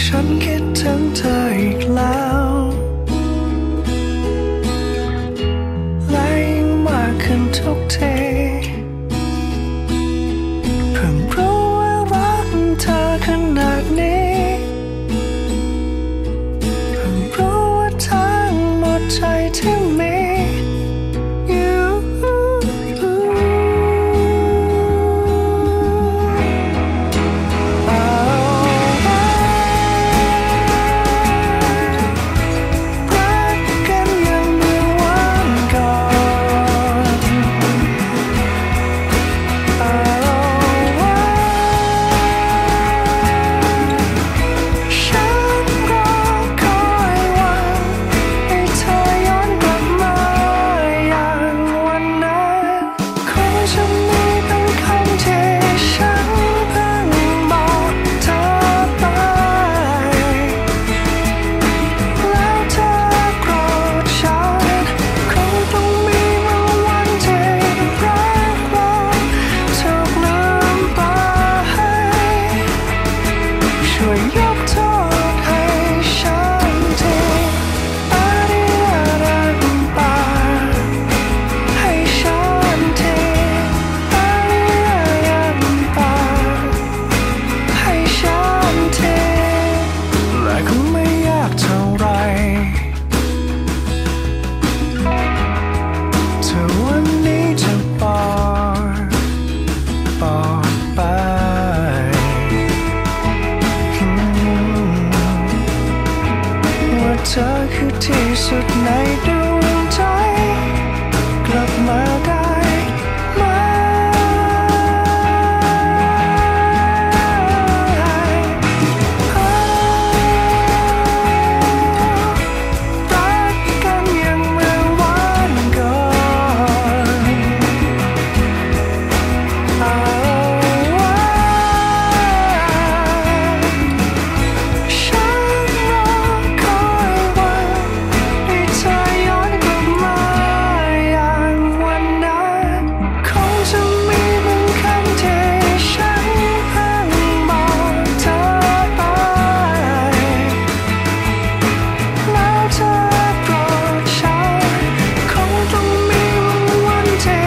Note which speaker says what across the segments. Speaker 1: ฉันคิดถึงเธออีกแล้วและยิ่งมากขึ้นทุกทีเพิ่งรู้ว่ารักเธอขนาดนี้เพิ่งรู้ว่าทั้งหมดใจที่มี you เอาไว้ รักกันยังเมื่อวันก่อนเอาไว้ฉันรอคอยวันให้เธอย้อนกลับมาอย่างวันนั้นคงจะมีเป็นคำที่ฉันเพิ่งบอกเธอไป แล้วเธอโกรธฉันคงต้องมีเมื่อวันที่รักเราถูกลืมไป ช่วยยกโทษให้ฉันทีอาริยารันปาให้ฉันทีอาริยารันปาให้ฉันที และก็ไม่ยากเท่าไหรเธอวันนี้จะบอกบอกไปอืมว่าเธอคือที่สุดในดวงใจ กลับมาได้ไหม รักกันยังเมื่อวันก่อนเอาไว้ฉันรอคอยวันให้เธอย้อนกลับมาอย่างวันนั้นคงจะมีบางคำที่ฉันเพิ่งบอกเธอไป แล้วเธอโกรธฉันคงต้องมีวันที่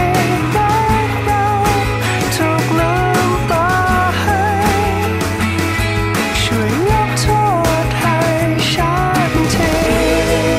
Speaker 1: รักเราถูกลืมไปช่วยยกโทษให้ฉันที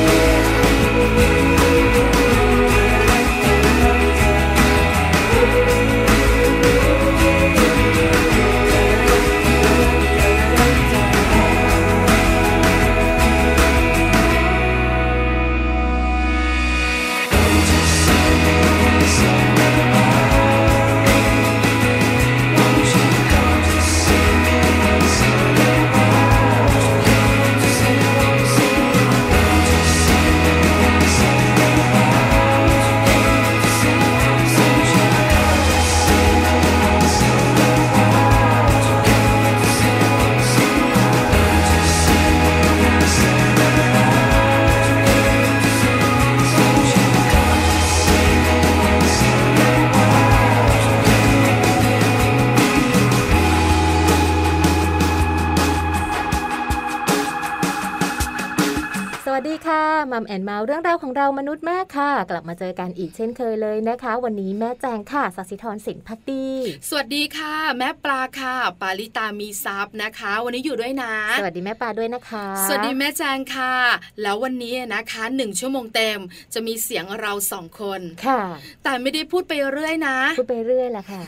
Speaker 2: สวัสดีค่ะมัมแอนเมาส์เรื่องราวของเรามนุษย์แม่ค่ะ กลับมาเจอกันอีกเช่นเคยเลยนะคะ วันนี้แม่แจงค่ะสัสิธรสินพักดี
Speaker 3: สวัสดีค่ะ แม่ปลาค่ะ ปาลิตามีซับนะคะ วันนี้อยู่ด้วยนะ
Speaker 2: สวัสดีแม่ปลาด้วยนะคะ
Speaker 3: สวัสดีแม่แจงค่ะ แล้ววันนี้นะคะหนึ่งชั่วโมงเต็ม จะมีเสียงเราสองคน
Speaker 2: ค่ะ
Speaker 3: แต่ไม่ได้พูดไปเรื่อยนะ
Speaker 2: พูดไปเรื่อยแหละค่ะ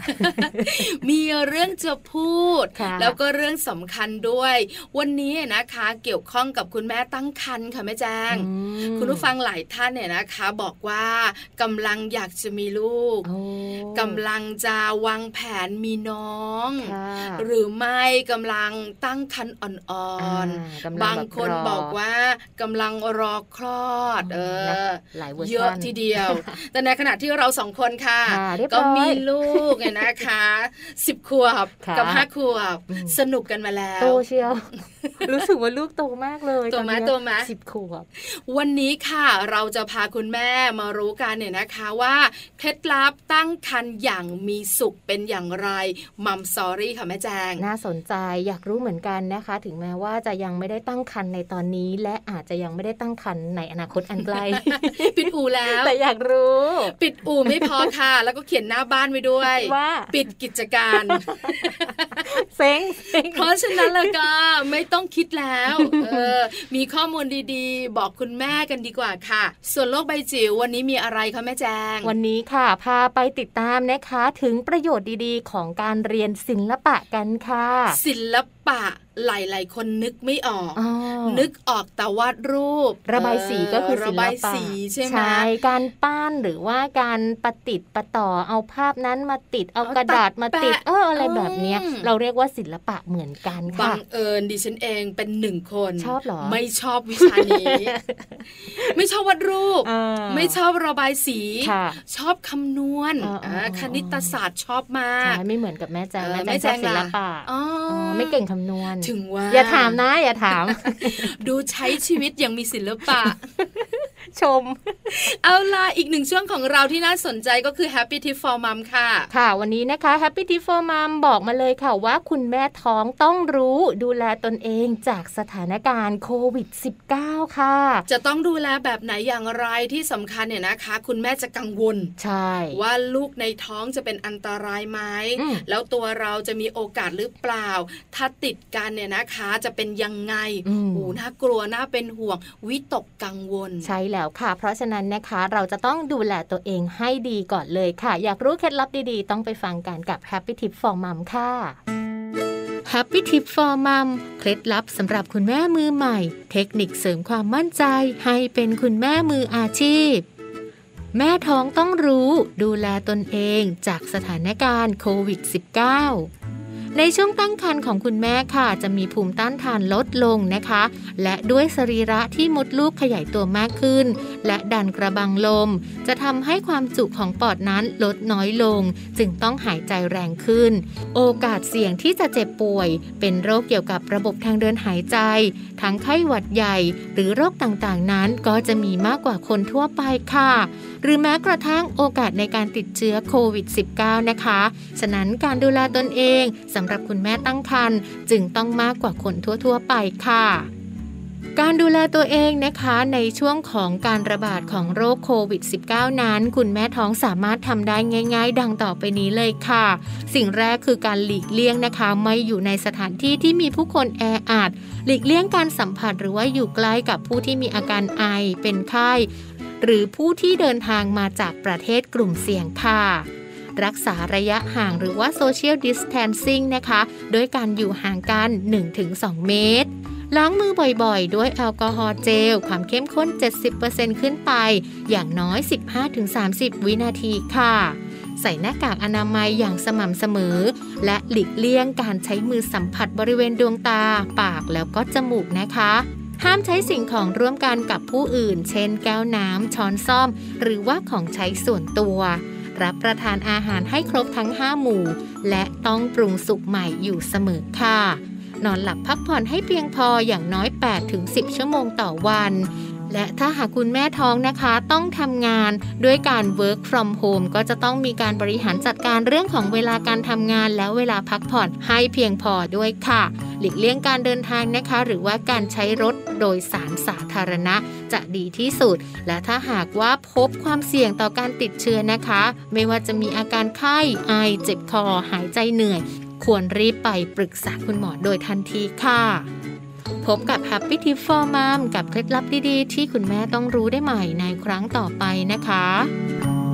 Speaker 3: มีเรื่องจะพูด
Speaker 2: ค่ะ
Speaker 3: แล้วก็เรื่องสำคัญด้วย วันนี้นะคะ เกี่ยวข้องกับคุณแม่ตั้งครรภ์ค่ะแม่แจ แจ้ง
Speaker 4: อืม
Speaker 3: คุณผู้ฟังหลายท่านเนี่ยนะคะ บอกว่ากำลังอยากจะมีลูก
Speaker 4: โอ้
Speaker 3: กำลังจะวางแผนมีน้อง
Speaker 4: ค่ะ
Speaker 3: หรือไม่กำลังตั้งครรภ์อ่อนๆ
Speaker 4: ากำลั
Speaker 3: บางคน
Speaker 4: แร
Speaker 3: บอกว่ากำลังรอคลอด เออ
Speaker 4: หลายเวอร์ชัน
Speaker 3: เยอะทีเดียว แต่ในขณะที่เราสองคนค่ะ
Speaker 4: ค่ะเรียบร้อย
Speaker 3: ก็มีลูกเนี่ยนะคะ สิบขวบ
Speaker 4: ค่ะ
Speaker 3: กับห้าขวบ
Speaker 4: อืม
Speaker 3: สนุกกันมาแล้ว
Speaker 4: โตเชี ยว รู้สึกว่าลูกโตมากเลย
Speaker 3: โตไหม
Speaker 4: อนเนี้ย
Speaker 3: โตไหม
Speaker 4: สิบขวบ
Speaker 3: วันนี้ค่ะเราจะพาคุณแม่มารู้กันเนี่ยนะคะว่าเคล็ดลับตั้งครรภ์อย่างมีสุขเป็นอย่างไรมัมซอรี่ค่ะแม่แจง
Speaker 4: น่าสนใจอยากรู้เหมือนกันนะคะ ถึงแม้ว่าจะยังไม่ได้ตั้งครรภ์ในตอนนี้ และอาจจะยังไม่ได้ตั้งครรภ์ในอนาคตอันไกล
Speaker 3: ปิดอู่ แล้ว
Speaker 4: แต่อยากรู้
Speaker 3: ปิดอู่ไม่พอค่ะ แล้วก็เขียนหน้าบ้านไว้ด้วย
Speaker 4: ว่า
Speaker 3: ปิดกิจการ
Speaker 4: เซ็งเซ็ง
Speaker 3: เพราะฉะนั้นแล้วก็ไม่ต้องคิดแล้วเออมีข้อมูลดีๆ บอกคุณแม่กันดีกว่าค่ะ ส่วนโลกใบจิ๋ววันนี้มีอะไรคะแม่แจง
Speaker 4: วันนี้ค่ะ พาไปติดตามนะคะถึงประโยชน์ดีๆ ของการเรียนศิลปะกันค่ะ
Speaker 3: ศิลปะหลายๆ คนนึกไม่ออก
Speaker 4: อ๋อ
Speaker 3: นึกออกแต่วาดรูประ
Speaker 4: บายสีก็คือศิ
Speaker 3: ระ
Speaker 4: ล
Speaker 3: บาย
Speaker 4: ปะ
Speaker 3: สีใช่ไหม
Speaker 4: ใช่การปั้นหรือว่าการประติดประต่อเอาภาพนั้นมาติดเอา
Speaker 3: เอา
Speaker 4: กระดาษมาติด
Speaker 3: ตัดแปะ
Speaker 4: เอออะไรแบบเนี้ย
Speaker 3: อืม
Speaker 4: เราเรียกว่าศิลปะเหมือนกัน
Speaker 3: บั
Speaker 4: ค่ะ
Speaker 3: งเอิญดิฉันเองเป็นหนึ่งคน
Speaker 4: ชอบเหรอ
Speaker 3: ไม่ชอบวิชานี้ ไม่ชอบวาดรูป
Speaker 4: อ่า
Speaker 3: ไม่ชอบระบายสี
Speaker 4: ค่ะ
Speaker 3: ชอบคำนวณ
Speaker 4: อ๋ออ๋ออ๋อ
Speaker 3: าคณิตศาสตร์ชอบมาก
Speaker 4: ใช่ไม่เหมือนกับแม่แจง
Speaker 3: เออ
Speaker 4: แม่แจ
Speaker 3: แม่
Speaker 4: ง
Speaker 3: แจ
Speaker 4: ชอบศิ
Speaker 3: ง
Speaker 4: ล
Speaker 3: ล่ะ
Speaker 4: ปะ
Speaker 3: อ๋อ
Speaker 4: อ๋อไม่เก่งคำนวณ
Speaker 3: ถึงว่า
Speaker 4: อย่าถามนะ อย่า ถาม
Speaker 3: ดูใช้ชีวิตอย่างมีศิล ปะ
Speaker 4: ชม
Speaker 3: เอาล่ะอีกหนึ่งช่วงของเราที่น่าสนใจก็คือ Happy Tip for Mom ค่ะ
Speaker 4: ค่ะ วันนี้นะคะ Happy Tip for Mom บอกมาเลยค่ะว่าคุณแม่ท้องต้องรู้ดูแลตนเองจากสถานการณ์โควิด -19 ค่ะ
Speaker 3: จะต้องดูแลแบบไหนอย่างไรที่สำคัญเนี่ยนะคะ คุณแม่จะกังวล
Speaker 4: ใช่
Speaker 3: ว่าลูกในท้องจะเป็นอันตรายไหม
Speaker 4: อืม
Speaker 3: แล้วตัวเราจะมีโอกาสหรือเปล่า ถ้าติดกันเนี่ยนะคะจะเป็นยังไง
Speaker 4: อืม
Speaker 3: โอ้น่ากลัวน่าเป็นห่วง วิตกกังวล
Speaker 4: ใช่แล้วค่ะ เพราะฉะนั้นนะคะเราจะต้องดูแลตัวเองให้ดีก่อนเลยค่ะ อยากรู้เคล็ดลับดีๆ ต้องไปฟังกันกับ Happy Tip for Mom ค่ะ Happy Tip for Mom เคล็ดลับสำหรับคุณแม่มือใหม่ เทคนิคเสริมความมั่นใจ ให้เป็นคุณแม่มืออาชีพ แม่ท้องต้องรู้ดูแลตนเองจากสถานการณ์โควิด -19 ในช่วงตั้งครรภ์ของคุณแม่ค่ะ จะมีภูมิต้านทานลดลงนะคะ และด้วยสรีระที่มดลูกขยายตัวมากขึ้น และดันกระบังลม จะทำให้ความจุของปอดนั้นลดน้อยลง จึงต้องหายใจแรงขึ้น โอกาสเสี่ยงที่จะเจ็บป่วย เป็นโรคเกี่ยวกับระบบทางเดินหายใจ ทั้งไข้หวัดใหญ่ หรือโรคต่างๆนั้นก็จะมีมากกว่าคนทั่วไปค่ะ หรือแม้กระทั่งโอกาสในการติดเชื้อโควิด -19 นะคะ ฉะนั้นการดูแลตนเองสำหรับคุณแม่ตั้งครรภ์จึงต้องมากกว่าคนทั่วๆไปค่ะ การดูแลตัวเองนะคะในช่วงของการระบาดของโรคโควิด -19 นั้น คุณแม่ท้องสามารถทำได้ง่าย ๆ ดังต่อไปนี้เลยค่ะ สิ่งแรกคือการหลีกเลี่ยงนะคะ ไม่อยู่ในสถานที่ที่มีผู้คนแออัดหลีกเลี่ยงการสัมผัสหรือว่าอยู่ใกล้กับผู้ที่มีอาการไอเป็นไข้ หรือผู้ที่เดินทางมาจากประเทศกลุ่มเสี่ยงค่ะ รักษาระยะห่างหรือว่า Social Distancing นะคะ โดยการอยู่ห่างกัน 1-2 เมตร ล้างมือบ่อยๆ ด้วยแอลกอฮอล์เจล ความเข้มข้น 70%ขึ้นไป อย่างน้อย 15-30 วินาทีค่ะ ใส่หน้ากากอนามัยอย่างสม่ำเสมอ และหลีกเลี่ยงการใช้มือสัมผัสบริเวณดวงตา ปากแล้วก็จมูกนะคะ ห้ามใช้สิ่งของร่วมกันกับผู้อื่น เช่นแก้วน้ำ ช้อนซ่อม หรือว่าของใช้ส่วนตัว รับประทานอาหารให้ครบทั้ง 5 หมู่ และต้องปรุงสุกใหม่อยู่เสมอค่ะ นอนหลับพักผ่อนให้เพียงพออย่างน้อย 8-10 ชั่วโมงต่อวัน และถ้าหากคุณแม่ท้องนะคะต้องทำงานด้วยการ work from home ก็จะต้องมีการบริหารจัดการเรื่องของเวลาการทำงาน และเวลาพักผ่อนให้เพียงพอด้วยค่ะ หลีกเลี่ยงการเดินทางนะคะ หรือว่าการใช้รถโดยสารสาธารณะ จะดีที่สุด และถ้าหากว่าพบความเสี่ยงต่อการติดเชื้อนะคะ ไม่ว่าจะมีอาการไข้ไอเจ็บคอ หายใจเหนื่อย ควรรีบไปปรึกษาคุณหมอโดยทันทีค่ะ พบกับ Happy Tip for Mom กับเคล็ดลับดีๆ ที่คุณแม่ต้องรู้ได้ใหม่ในครั้งต่อไปนะคะ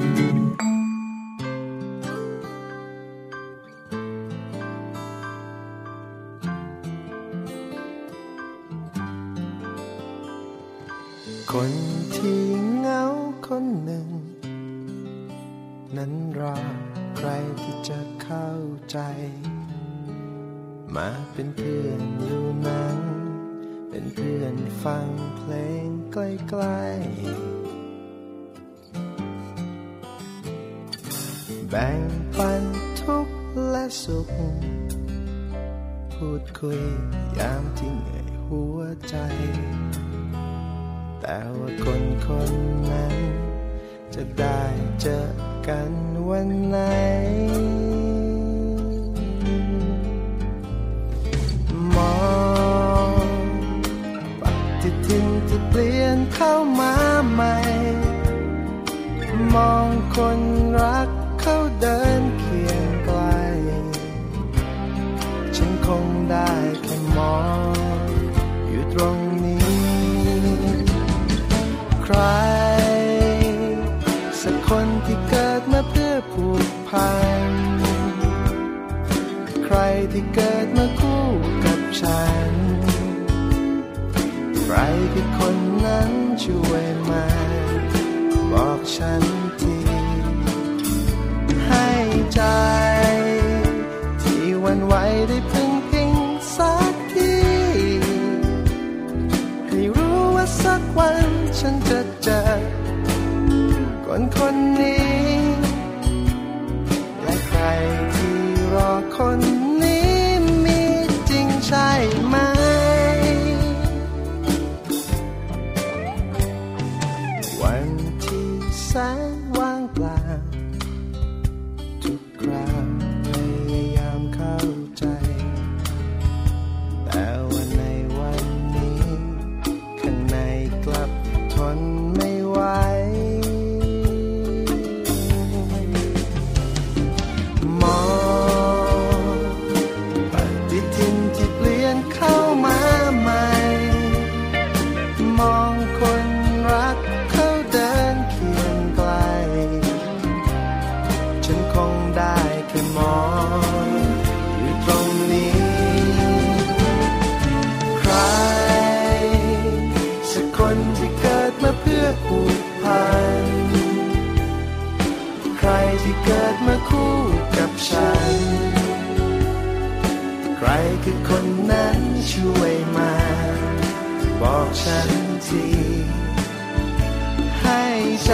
Speaker 5: คนที่เหงาคนหนึ่ง นั้นรอใครที่จะเข้าใจ มาเป็นเพื่อนดูหนัง เป็นเพื่อนฟังเพลงใกล้ๆแบ่งปันทุกข์และสุข พูดคุยยามที่เหนื่อยหัวใจ แต่ว่าคนคนนั้น จะได้เจอกันวันไหน มองปฏิทินที่เปลี่ยนเข้ามาใหม่ มองคนรักเขาเดินเคียงไกล ฉันคงได้แค่มองอยู่ตรงนี้ ใคร สักคนที่เกิดมาเพื่อผูกพัน ใครที่เกิดมาคู่กับฉัน ใครคือคนนั้นช่วยมาบอกฉันที ให้ใจ ที่หวันไหวได้พึ่งพิงสักที ให้รู้ว่าสักวันฉันจะเจอคนคนนี้ และใครที่รอคนนี้มีจริงใช่ไหม วันที่แสนว่างเปล่า ทุกคราวพยายามเข้าใจ แต่ว่าในวันนี้ ข้างในกลับทนไม่ไหว มองปฏิทินที่เปลี่ยนเข้ามาใหม่ มองคนรักเขาเดินเคียงไกล ฉันคงได้แค่มองอยู่ตรงนี้ ใคร สักคนที่เกิดมาเพื่อผูกพัน ใครที่เกิดมาคู่กับฉัน ใครคือคนนั้นช่วยมา บอกฉันที ให้ใจ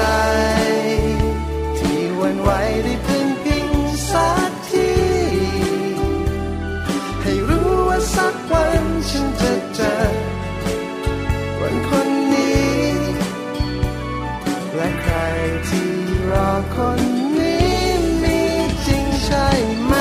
Speaker 5: ที่หวันไหวได้พึ่งพิงสักที ให้รู้ว่าสักวันฉันจะเจอวันคนนี้ และใครที่รอคนนี้มีจริงใช่ไหม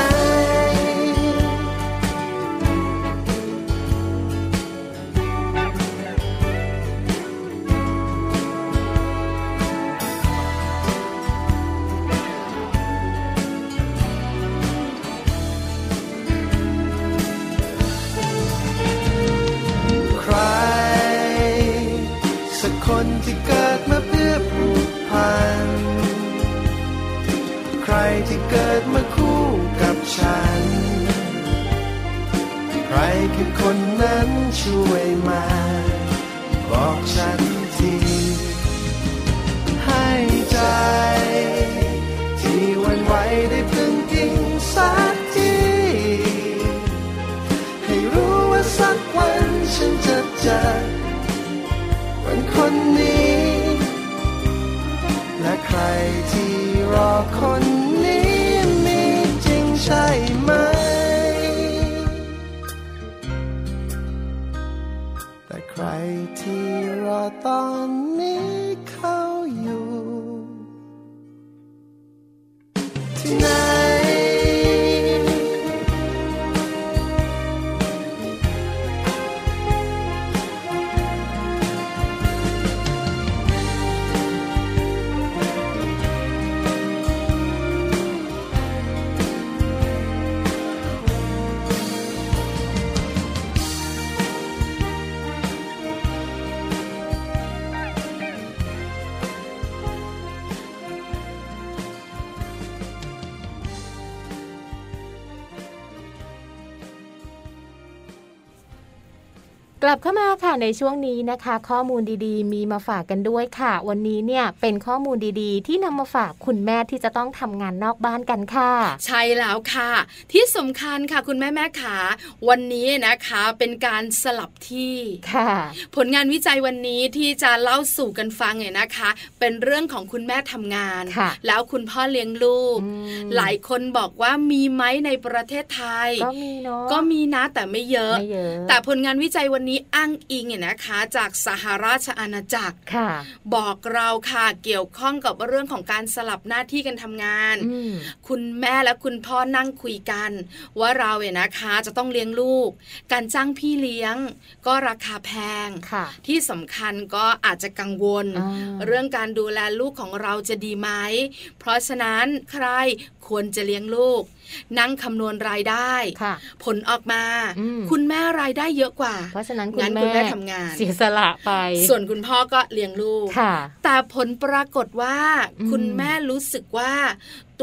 Speaker 5: ใคร สักคนที่เกิดมาเพื่อผูกพัน ใครที่เกิดมาคู่กับฉัน ใครคือคนนั้นช่วยมา บอกฉันที ให้ใจ ที่หวันไหวได้พึ่งพิงสักที ให้รู้ว่าสักวันฉันจะเจอวันคนนี้ และใครที่รอคนนี้มีจริงใช่ไหม แต่ใครที่รอตอนนี้เขาอยู่ ที่ไหน
Speaker 6: ค
Speaker 4: กลับเข้ามาค่ะในช่วงนี้นะคะ ข้อมูลดีๆ มีมาฝากกันด้วยค่ะ วันนี้เนี่ยเป็นข้อมูลดีๆ ที่นำมาฝากคุณแม่ที่จะต้องทำงานนอกบ้านกันค่ะ
Speaker 3: ใช่แล้วค่ะ ที่สำคัญค่ะคุณแม่แม่ขาวันนี้นะคะเป็นการสลับที่
Speaker 4: ค่ะ
Speaker 3: ผลงานวิจัยวันนี้ที่จะเล่าสู่กันฟังเนี่ยนะคะ เป็นเรื่องของคุณแม่ทำงาน
Speaker 4: ค่ะ
Speaker 3: แล้วคุณพ่อเลี้ยงลูก
Speaker 4: อืม
Speaker 3: หลายคนบอกว่ามีไหมในประเทศไทย
Speaker 4: ก็มีเนาะ
Speaker 3: ก็มีนะแต่ไม่เยอะ
Speaker 4: ไม่เยอะ
Speaker 3: แต่ผลงานวิจัยวันนี้อ้างอิงเนี่ยนะคะ จากสหราชอาณาจักร
Speaker 4: ค่ะ
Speaker 3: บอกเราค่ะเกี่ยวข้องกับเรื่องของการสลับหน้าที่กันทำงาน
Speaker 4: อืม
Speaker 3: คุณแม่และคุณพ่อนั่งคุยกัน ว่าเราเนี่ยนะคะจะต้องเลี้ยงลูก การจ้างพี่เลี้ยง ก็ราคาแพง
Speaker 4: ค่ะ
Speaker 3: ที่สำคัญก็อาจจะกังวล
Speaker 4: อ่า
Speaker 3: เรื่องการดูแลลูกของเราจะดีไหม เพราะฉะนั้นใครควรจะเลี้ยงลูก นั่งคำนวณรายได้
Speaker 4: ค่ะ
Speaker 3: ผลออกมา
Speaker 4: อืม
Speaker 3: คุณแม่รายได้เยอะกว่า
Speaker 4: เพราะฉะนั้น
Speaker 3: งั้นคุณแม่ทำงาน
Speaker 4: เสียสละไป
Speaker 3: ส่วนคุณพ่อก็เลี้ยงลูก
Speaker 4: ค่ะ
Speaker 3: แต่ผลปรากฏว่า
Speaker 4: อืม
Speaker 3: คุณแม่รู้สึกว่า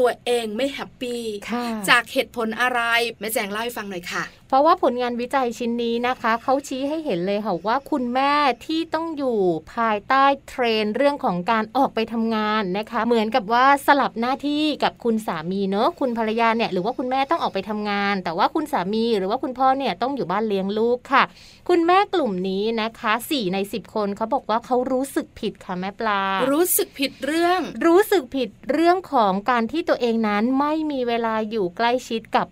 Speaker 3: ตัวเองไม่แฮปปี้
Speaker 4: ค่ะ
Speaker 3: จากเหตุผลอะไรแม่แจงเล่าให้ฟังหน่อยค่ะ
Speaker 4: เพราะว่าผลงานวิจัยชิ้นนี้นะคะ เขาชี้ให้เห็นเลยค่ะว่าคุณแม่ที่ต้องอยู่ภายใต้เทรนด์เรื่องของการออกไปทำงานนะคะ เหมือนกับว่าสลับหน้าที่กับคุณสามีเนอะคุณภรรยาเนี่ยหรือว่าคุณแม่ต้องออกไปทำงาน แต่ว่าคุณสามีหรือว่าคุณพ่อเนี่ยต้องอยู่บ้านเลี้ยงลูกค่ะ คุณแม่กลุ่มนี้นะคะ4ใน 10 คนเขาบอกว่าเขารู้สึกผิดค่ะแม่ปลา
Speaker 3: รู้สึกผิดเรื่อง
Speaker 4: รู้สึกผิดเรื่องของการที่ตัวเองนั้นไม่มีเวลาอยู่ใกล้ชิดกับ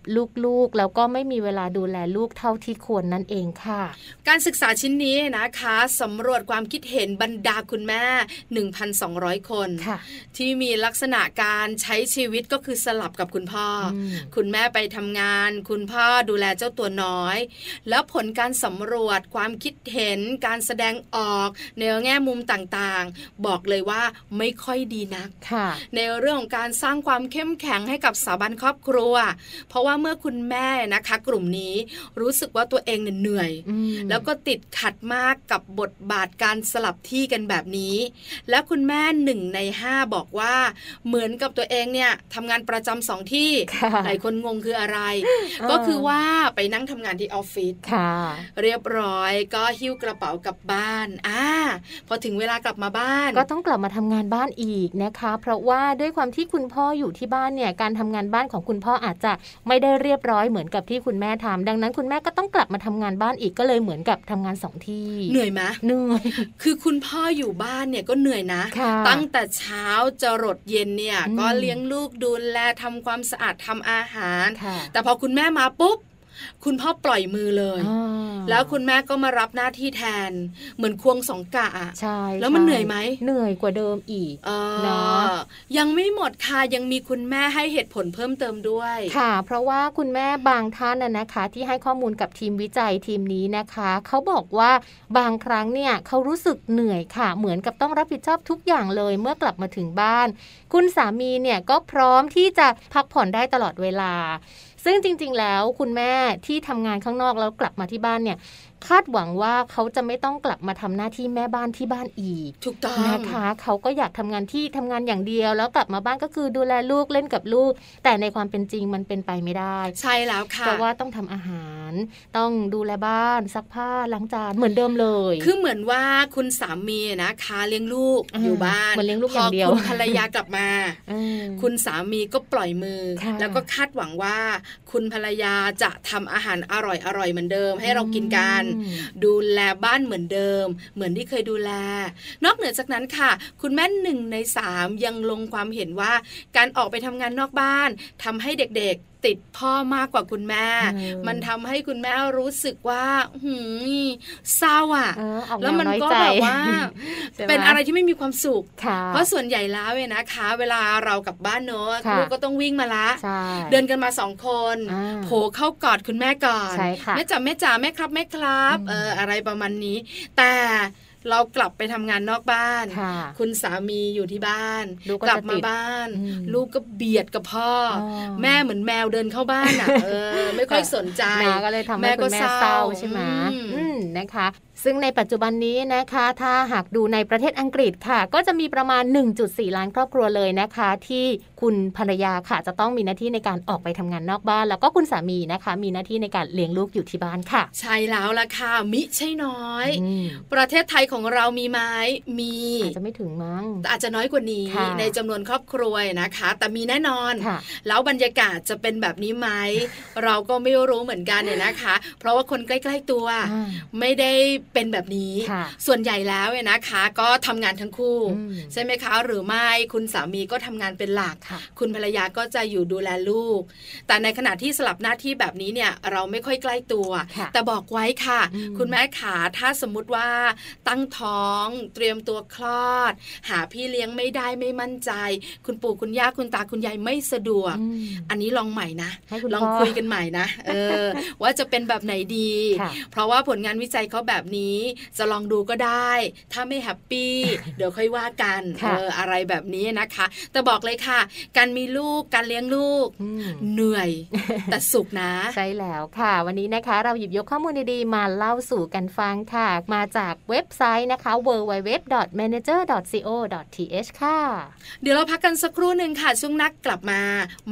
Speaker 4: ลูกๆ แล้วก็ไม่มีเวลาดูแลลูกเท่าที่ควรนั่นเองค่ะ
Speaker 3: การศึกษาชิ้นนี้นะคะสำรวจความคิดเห็นบรรดาคุณแม่ 1,200 คน
Speaker 4: ค่ะ
Speaker 3: ที่มีลักษณะการใช้ชีวิตก็คือสลับกับคุณพ่ออ
Speaker 4: ม
Speaker 3: คุณแม่ไปทำงาน คุณพ่อดูแลเจ้าตัวน้อย แล้วผลการสำรวจความคิดเห็นการแสดงออกในแง่มุมต่างๆ บอกเลยว่าไม่ค่อยดีนัก
Speaker 4: ค่ะ
Speaker 3: ในเรื่องของการสร้างความเข้มแข็งให้กับสถาบันครอบครัว เพราะว่าเมื่อคุณแม่นะคะ กลุ่มนี้รู้สึกว่าตัวเองเนี่ยเหนื่อย
Speaker 4: อืม
Speaker 3: แล้วก็ติดขัดมากกับบทบาทการสลับที่กันแบบนี้ และคุณแม่หนึ่งในห้าบอกว่า เหมือนกับตัวเองเนี่ยทำงานประจำสองที่
Speaker 4: ค่ะ
Speaker 3: หลายคนงงคือ อะไร
Speaker 4: ออ
Speaker 3: ก็คือว่าไปนั่งทำงานที่ออฟฟิศ
Speaker 4: ค่ะ
Speaker 3: เรียบร้อยก็หิ้วกระเป๋ากลับบ้านอ่าพอถึงเวลากลับมาบ้าน
Speaker 4: ก็ต้องกลับมาทำงานบ้านอีกนะคะ เพราะว่าด้วยความที่คุณพ่ออยู่ที่บ้านเนี่ย การทำงานบ้านของคุณพ่ออาจจะไม่ได้เรียบร้อยเหมือนกับที่คุณแม่ทำดังนั้นคุณแม่ก็ต้องกลับมาทำงานบ้านอีกก็เลยเหมือนกับทำงานสองที่
Speaker 3: เหนื่อยไหม
Speaker 4: เหนื่อย
Speaker 3: คือคุณพ่ออยู่บ้านเนี่ยก็เหนื่อยนะ
Speaker 4: ค่ะ
Speaker 3: ตั้งแต่เช้าจะรดเย็นเนี่ย
Speaker 4: อืม
Speaker 3: ก็เลี้ยงลูกดูแลทำความสะอาดทำอาหาร
Speaker 4: ค่ะ
Speaker 3: แต่พอคุณแม่มาปุ๊บ คุณพ่อปล่อยมือเลย
Speaker 4: อ่า
Speaker 3: แล้วคุณแม่ก็มารับหน้าที่แทน เหมือนควงสองกะอะ
Speaker 4: ใช่
Speaker 3: แล้วมัน
Speaker 4: ใช่
Speaker 3: เหนื่อยไหม
Speaker 4: เหนื่อยกว่าเดิมอีก
Speaker 3: เออ
Speaker 4: เนอะ
Speaker 3: ยังไม่หมดค่ะ ยังมีคุณแม่ให้เหตุผลเพิ่มเติมด้วย
Speaker 4: ค่ะ เพราะว่าคุณแม่บางท่านน่ะนะคะ ที่ให้ข้อมูลกับทีมวิจัยทีมนี้นะคะ เขาบอกว่าบางครั้งเนี่ยเขารู้สึกเหนื่อยค่ะ เหมือนกับต้องรับผิดชอบทุกอย่างเลยเมื่อกลับมาถึงบ้าน คุณสามีเนี่ยก็พร้อมที่จะพักผ่อนได้ตลอดเวลา ซึ่งจริงๆแล้วคุณแม่ที่ทำงานข้างนอกแล้วกลับมาที่บ้านเนี่ย คาดหวังว่าเขาจะไม่ต้องกลับมาทำหน้าที่แม่บ้านที่บ้านอีก
Speaker 3: ถูกต้อง
Speaker 4: นะคะเขาก็อยากทำงานที่ทำงานอย่างเดียว แล้วกลับมาบ้านก็คือดูแลลูกเล่นกับลูก แต่ในความเป็นจริงมันเป็นไปไม่ได้
Speaker 3: ใช่แล้วค่ะ
Speaker 4: เพราะว่าต้องทำอาหาร ต้องดูแลบ้านซักผ้าล้างจานเหมือนเดิมเลย
Speaker 3: คือเหมือนว่าคุณสามีนะคะเลี้ยงลูก
Speaker 4: อ่า
Speaker 3: อยู่บ้าน
Speaker 4: เหมือนเลี้ยงลูก
Speaker 3: พ
Speaker 4: อย่างเดียว
Speaker 3: คุณภรรยากลับมา
Speaker 4: อืม
Speaker 3: คุณสามีก็ปล่อยมือ
Speaker 4: ค่ะ
Speaker 3: แล้วก็คาดหวังว่า คุณภรรยาจะทำอาหารอร่อยๆเหมือนเดิม ให้เรากินกัน
Speaker 4: อืม
Speaker 3: ดูแลบ้านเหมือนเดิม เหมือนที่เคยดูแล นอกเหนือจากนั้นค่ะ คุณแม่หนึ่งในสามยังลงความเห็นว่า การออกไปทำงานนอกบ้านทำให้เด็กๆ ติดพ่อมากกว่าคุณแม่
Speaker 4: เออ
Speaker 3: มันทำให้คุณแม่รู้สึกว่าหืมเศร้าอ่ะ
Speaker 4: เออออกแน
Speaker 3: แล้ว
Speaker 4: ว
Speaker 3: มัน
Speaker 4: น้อย
Speaker 3: ก็
Speaker 4: ใจ
Speaker 3: แบบว่า
Speaker 4: ใช่หม
Speaker 3: เป็นอะไรที่ไม่มีความสุข
Speaker 4: ค่ะ
Speaker 3: เพราะส่วนใหญ่แล้วเนี่ยนะคะ เวลาเรากลับบ้านเนอะ
Speaker 4: ค่ะ
Speaker 3: ลูกก็ต้องวิ่งมาละ
Speaker 4: ใช่
Speaker 3: เดินกันมาสองคน
Speaker 4: อ่า
Speaker 3: โผเข้ากอดคุณแม่ก่อน
Speaker 4: ใช่ค่ะ
Speaker 3: แม่จ๋าแม่จ๋าแม่ครับแม่ครับ
Speaker 4: อืม
Speaker 3: เอออะไรประมาณนี้ แต่ เรากลับไปทำงานนอกบ้าน
Speaker 4: ค่ะ
Speaker 3: คุณสามีอยู่ที่บ้าน
Speaker 4: ลูกก็
Speaker 3: กลับ
Speaker 4: จะติ
Speaker 3: มา
Speaker 4: ด
Speaker 3: บ้าน
Speaker 4: อืม
Speaker 3: ลูกก็เบียดกับพ่ออ
Speaker 4: อ
Speaker 3: แม่เหมือนแมวเดินเข้า บ้านอ่ะเออ ไม่ค่อยสนใจ
Speaker 4: นาก็เลยทำให้คุณแม่เศร้าใช่ไหม
Speaker 3: อืม
Speaker 4: อืมนะคะ ซึ่งในปัจจุบันนี้นะคะ ถ้าหากดูในประเทศอังกฤษค่ะ ก็จะมีประมาณ 1.4 ล้านครอบครัวเลยนะคะ ที่คุณภรรยาค่ะ จะต้องมีหน้าที่ในการออกไปทำงานนอกบ้าน แล้วก็คุณสามีนะคะ มีหน้าที่ในการเลี้ยงลูกอยู่ที่บ้านค่ะ
Speaker 3: ใช่แล้วล่ะค่ะมิใช่น้อย
Speaker 4: อืม
Speaker 3: ประเทศไทยของเรามีไหมมี
Speaker 4: อาจจะไม่ถึงมั้ง
Speaker 3: อาจจะน้อยกว่านี้
Speaker 4: ค่ะ
Speaker 3: ในจำนวนครอบครัวนะคะ แต่มีแน่นอน
Speaker 4: ค่ะ
Speaker 3: แล้วบรรยากาศจะเป็นแบบนี้ไหม เราก็ไม่รู้เหมือนกันเนี่ยนะคะ เพราะว่าคนใกล้ ๆตัว ไม่ได้เป็นแบบนี้
Speaker 4: ค่ะ
Speaker 3: ส่วนใหญ่แล้วเนี่ยนะคะ ก็ทำงานทั้งคู่
Speaker 4: อืม
Speaker 3: ใช่ไหมคะ หรือไม่คุณสามีก็ทำงานเป็นหลัก
Speaker 4: ค่ะ
Speaker 3: คุณภรรยาก็จะอยู่ดูแลลูก แต่ในขณะที่สลับหน้าที่แบบนี้เนี่ยเราไม่ค่อยใกล้ตัว
Speaker 4: ค่ะ
Speaker 3: แต่บอกไว้ค่ะ
Speaker 4: อืม
Speaker 3: คุณแม่ขาถ้าสมมุติว่าตั้งท้องเตรียมตัวคลอด หาพี่เลี้ยงไม่ได้ไม่มั่นใจ คุณปู่คุณย่าคุณตาคุณยายไม่สะดวก
Speaker 4: อืม
Speaker 3: อันนี้ลองใหม่นะ
Speaker 4: ให้คุณ
Speaker 3: ลอง
Speaker 4: พ่อ
Speaker 3: คุยกันใหม่นะเอ อ ว่าจะเป็นแบบไหนดี
Speaker 4: ค่ะ
Speaker 3: เพราะว่าผลงานวิจัยเขาแบบนี้จะลองดูก็ได้ ถ้าไม่แฮปปี้ เดี๋ยวค่อยว่ากันเอ
Speaker 4: ค่ะ
Speaker 3: ออะไรแบบนี้นะคะ แต่บอกเลยค่ะ การมีลูกการเลี้ยงลูก
Speaker 4: อืม
Speaker 3: เหนื่อย แต่สุขนะ
Speaker 4: ใช่แล้วค่ะ วันนี้นะคะเราหยิบยกข้อมูลดีๆ มาเล่าสู่กันฟังค่ะ มาจากเว็บไซต์นะคะ www.manager.co.th ค่ะ
Speaker 3: เดี๋ยวเราพักกันสักครู่หนึ่งค่ะ ช่วงนักกลับมา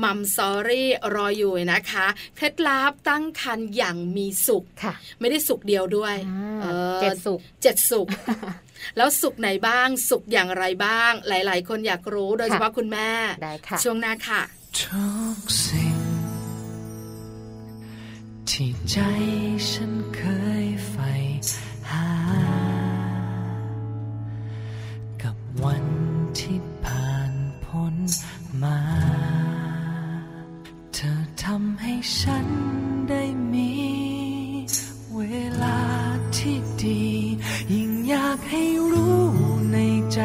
Speaker 3: มัมซอรี่รออยู่นะคะเคล็ดลับตั้งครรภ์อย่างมีสุข
Speaker 4: ค่ะ
Speaker 3: ไม่ได้สุขเดียวด้วย
Speaker 4: อ่า
Speaker 3: ออ
Speaker 4: เจ็ดสุข
Speaker 3: เจ็ด สุข แล้วสุขไหนบ้าง สุขอย่างไรบ้าง หลาย ๆ คนอยากรู้โดยเฉ
Speaker 4: ค่ะ
Speaker 3: พาะคุณแม่
Speaker 4: ได้ค่ะ
Speaker 3: ช่วงหน้าค่ะ
Speaker 7: ทุกสิ่ง ที่ใจฉันเคยใฝ่หา กับวันที่ผ่านพ้นมา เธอทำให้ฉันได้มี เวลาที่ดี ยิ่งอยากให้รู้ในใจ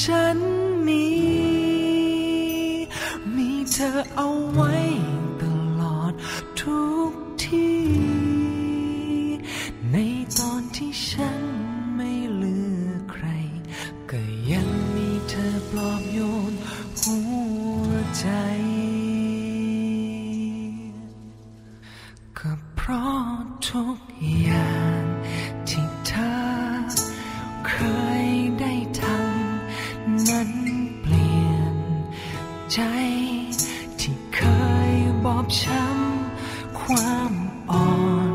Speaker 7: ฉันมี มีเธอเอาไว้ตลอดทุกที่ ในตอนที่ฉันไม่เหลือใคร ก็ยังมีเธอปลอบโยนหัวใจ ก็เพราะทุกอย่างที่เธอเคยได้ทำนั้นเปลี่ยน ใจที่เคยบอบช้ำความอ่อน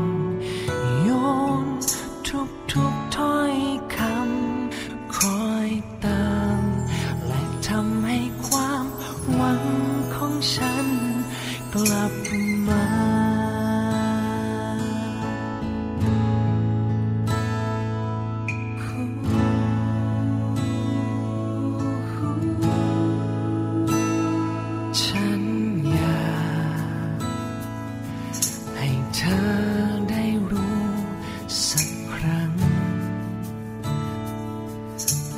Speaker 7: โยนทุกทุกๆถ้อยคำคอยเติมและทำให้ความหวังของฉันกลับมา ฉันอยากให้เธอได้รู้สักครั้ง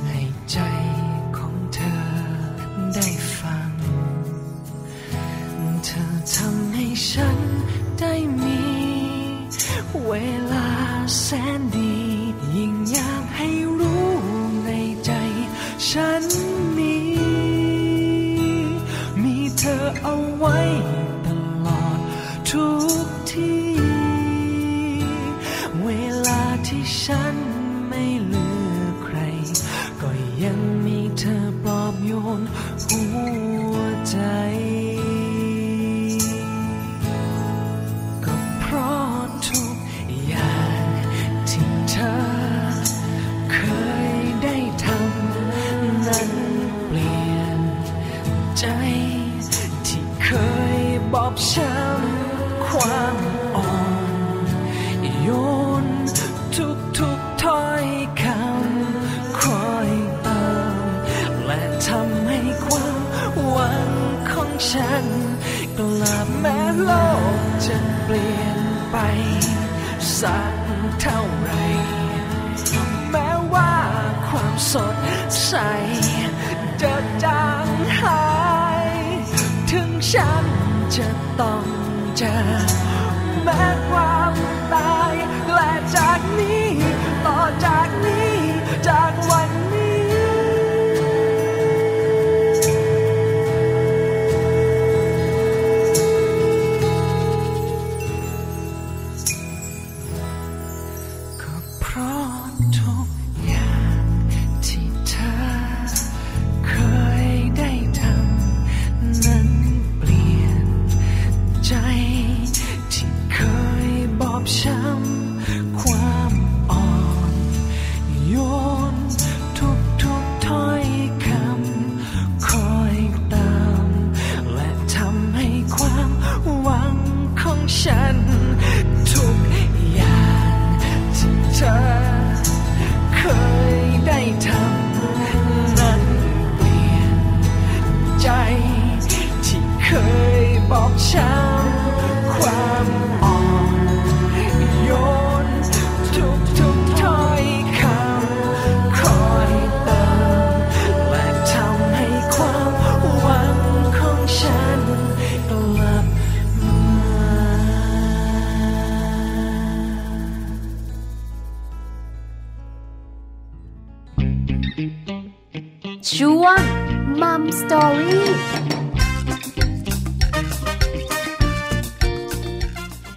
Speaker 7: ให้ใจของเธอได้ฟัง เธอทำให้ฉันได้มี เวลาแสนดี ยิ่งอยากให้รู้ในใจ ฉันมี มีเธอเอาไว้ตลอดทุกที่ เวลาที่ฉันไม่เหลือใคร ก็ยังมีเธอปลอบโยนหัวใจ ก็เพราะทุกอย่างที่เธอเคยได้ทำนั้นเปลี่ยน ใจที่เคยบอบช้ำความอ่อนโยนทุกทุกๆถ้อยคำคอยเติมและทำให้ความหวังของฉัน กลับแม้โลกจะเปลี่ยนไป สักเท่าไหร แม้ว่าความสดใสจะจางหาย ถึงฉันจะต้องเจอแม้ความตาย และจากนี้ ต่อจากนี้ เพราะทุกอย่างที่เธอเคยได้ทำนั้นเปลี่ยน ใจที่เคยบอบช้ำความอ่อนโยนทุกทุกๆถ้อยคำคอยตาม และทำให้ความหวังของฉัน ทุกอย่างที่เธอเคยได้ทำนั้นเปลี่ยน ใจที่เคยบอกช้ำความอ่อนโยนทุกทุกๆถ้อยคำคอยเติมและทำให้ความหวังของฉันกลับมา
Speaker 8: ช่วงมัมสตอรี่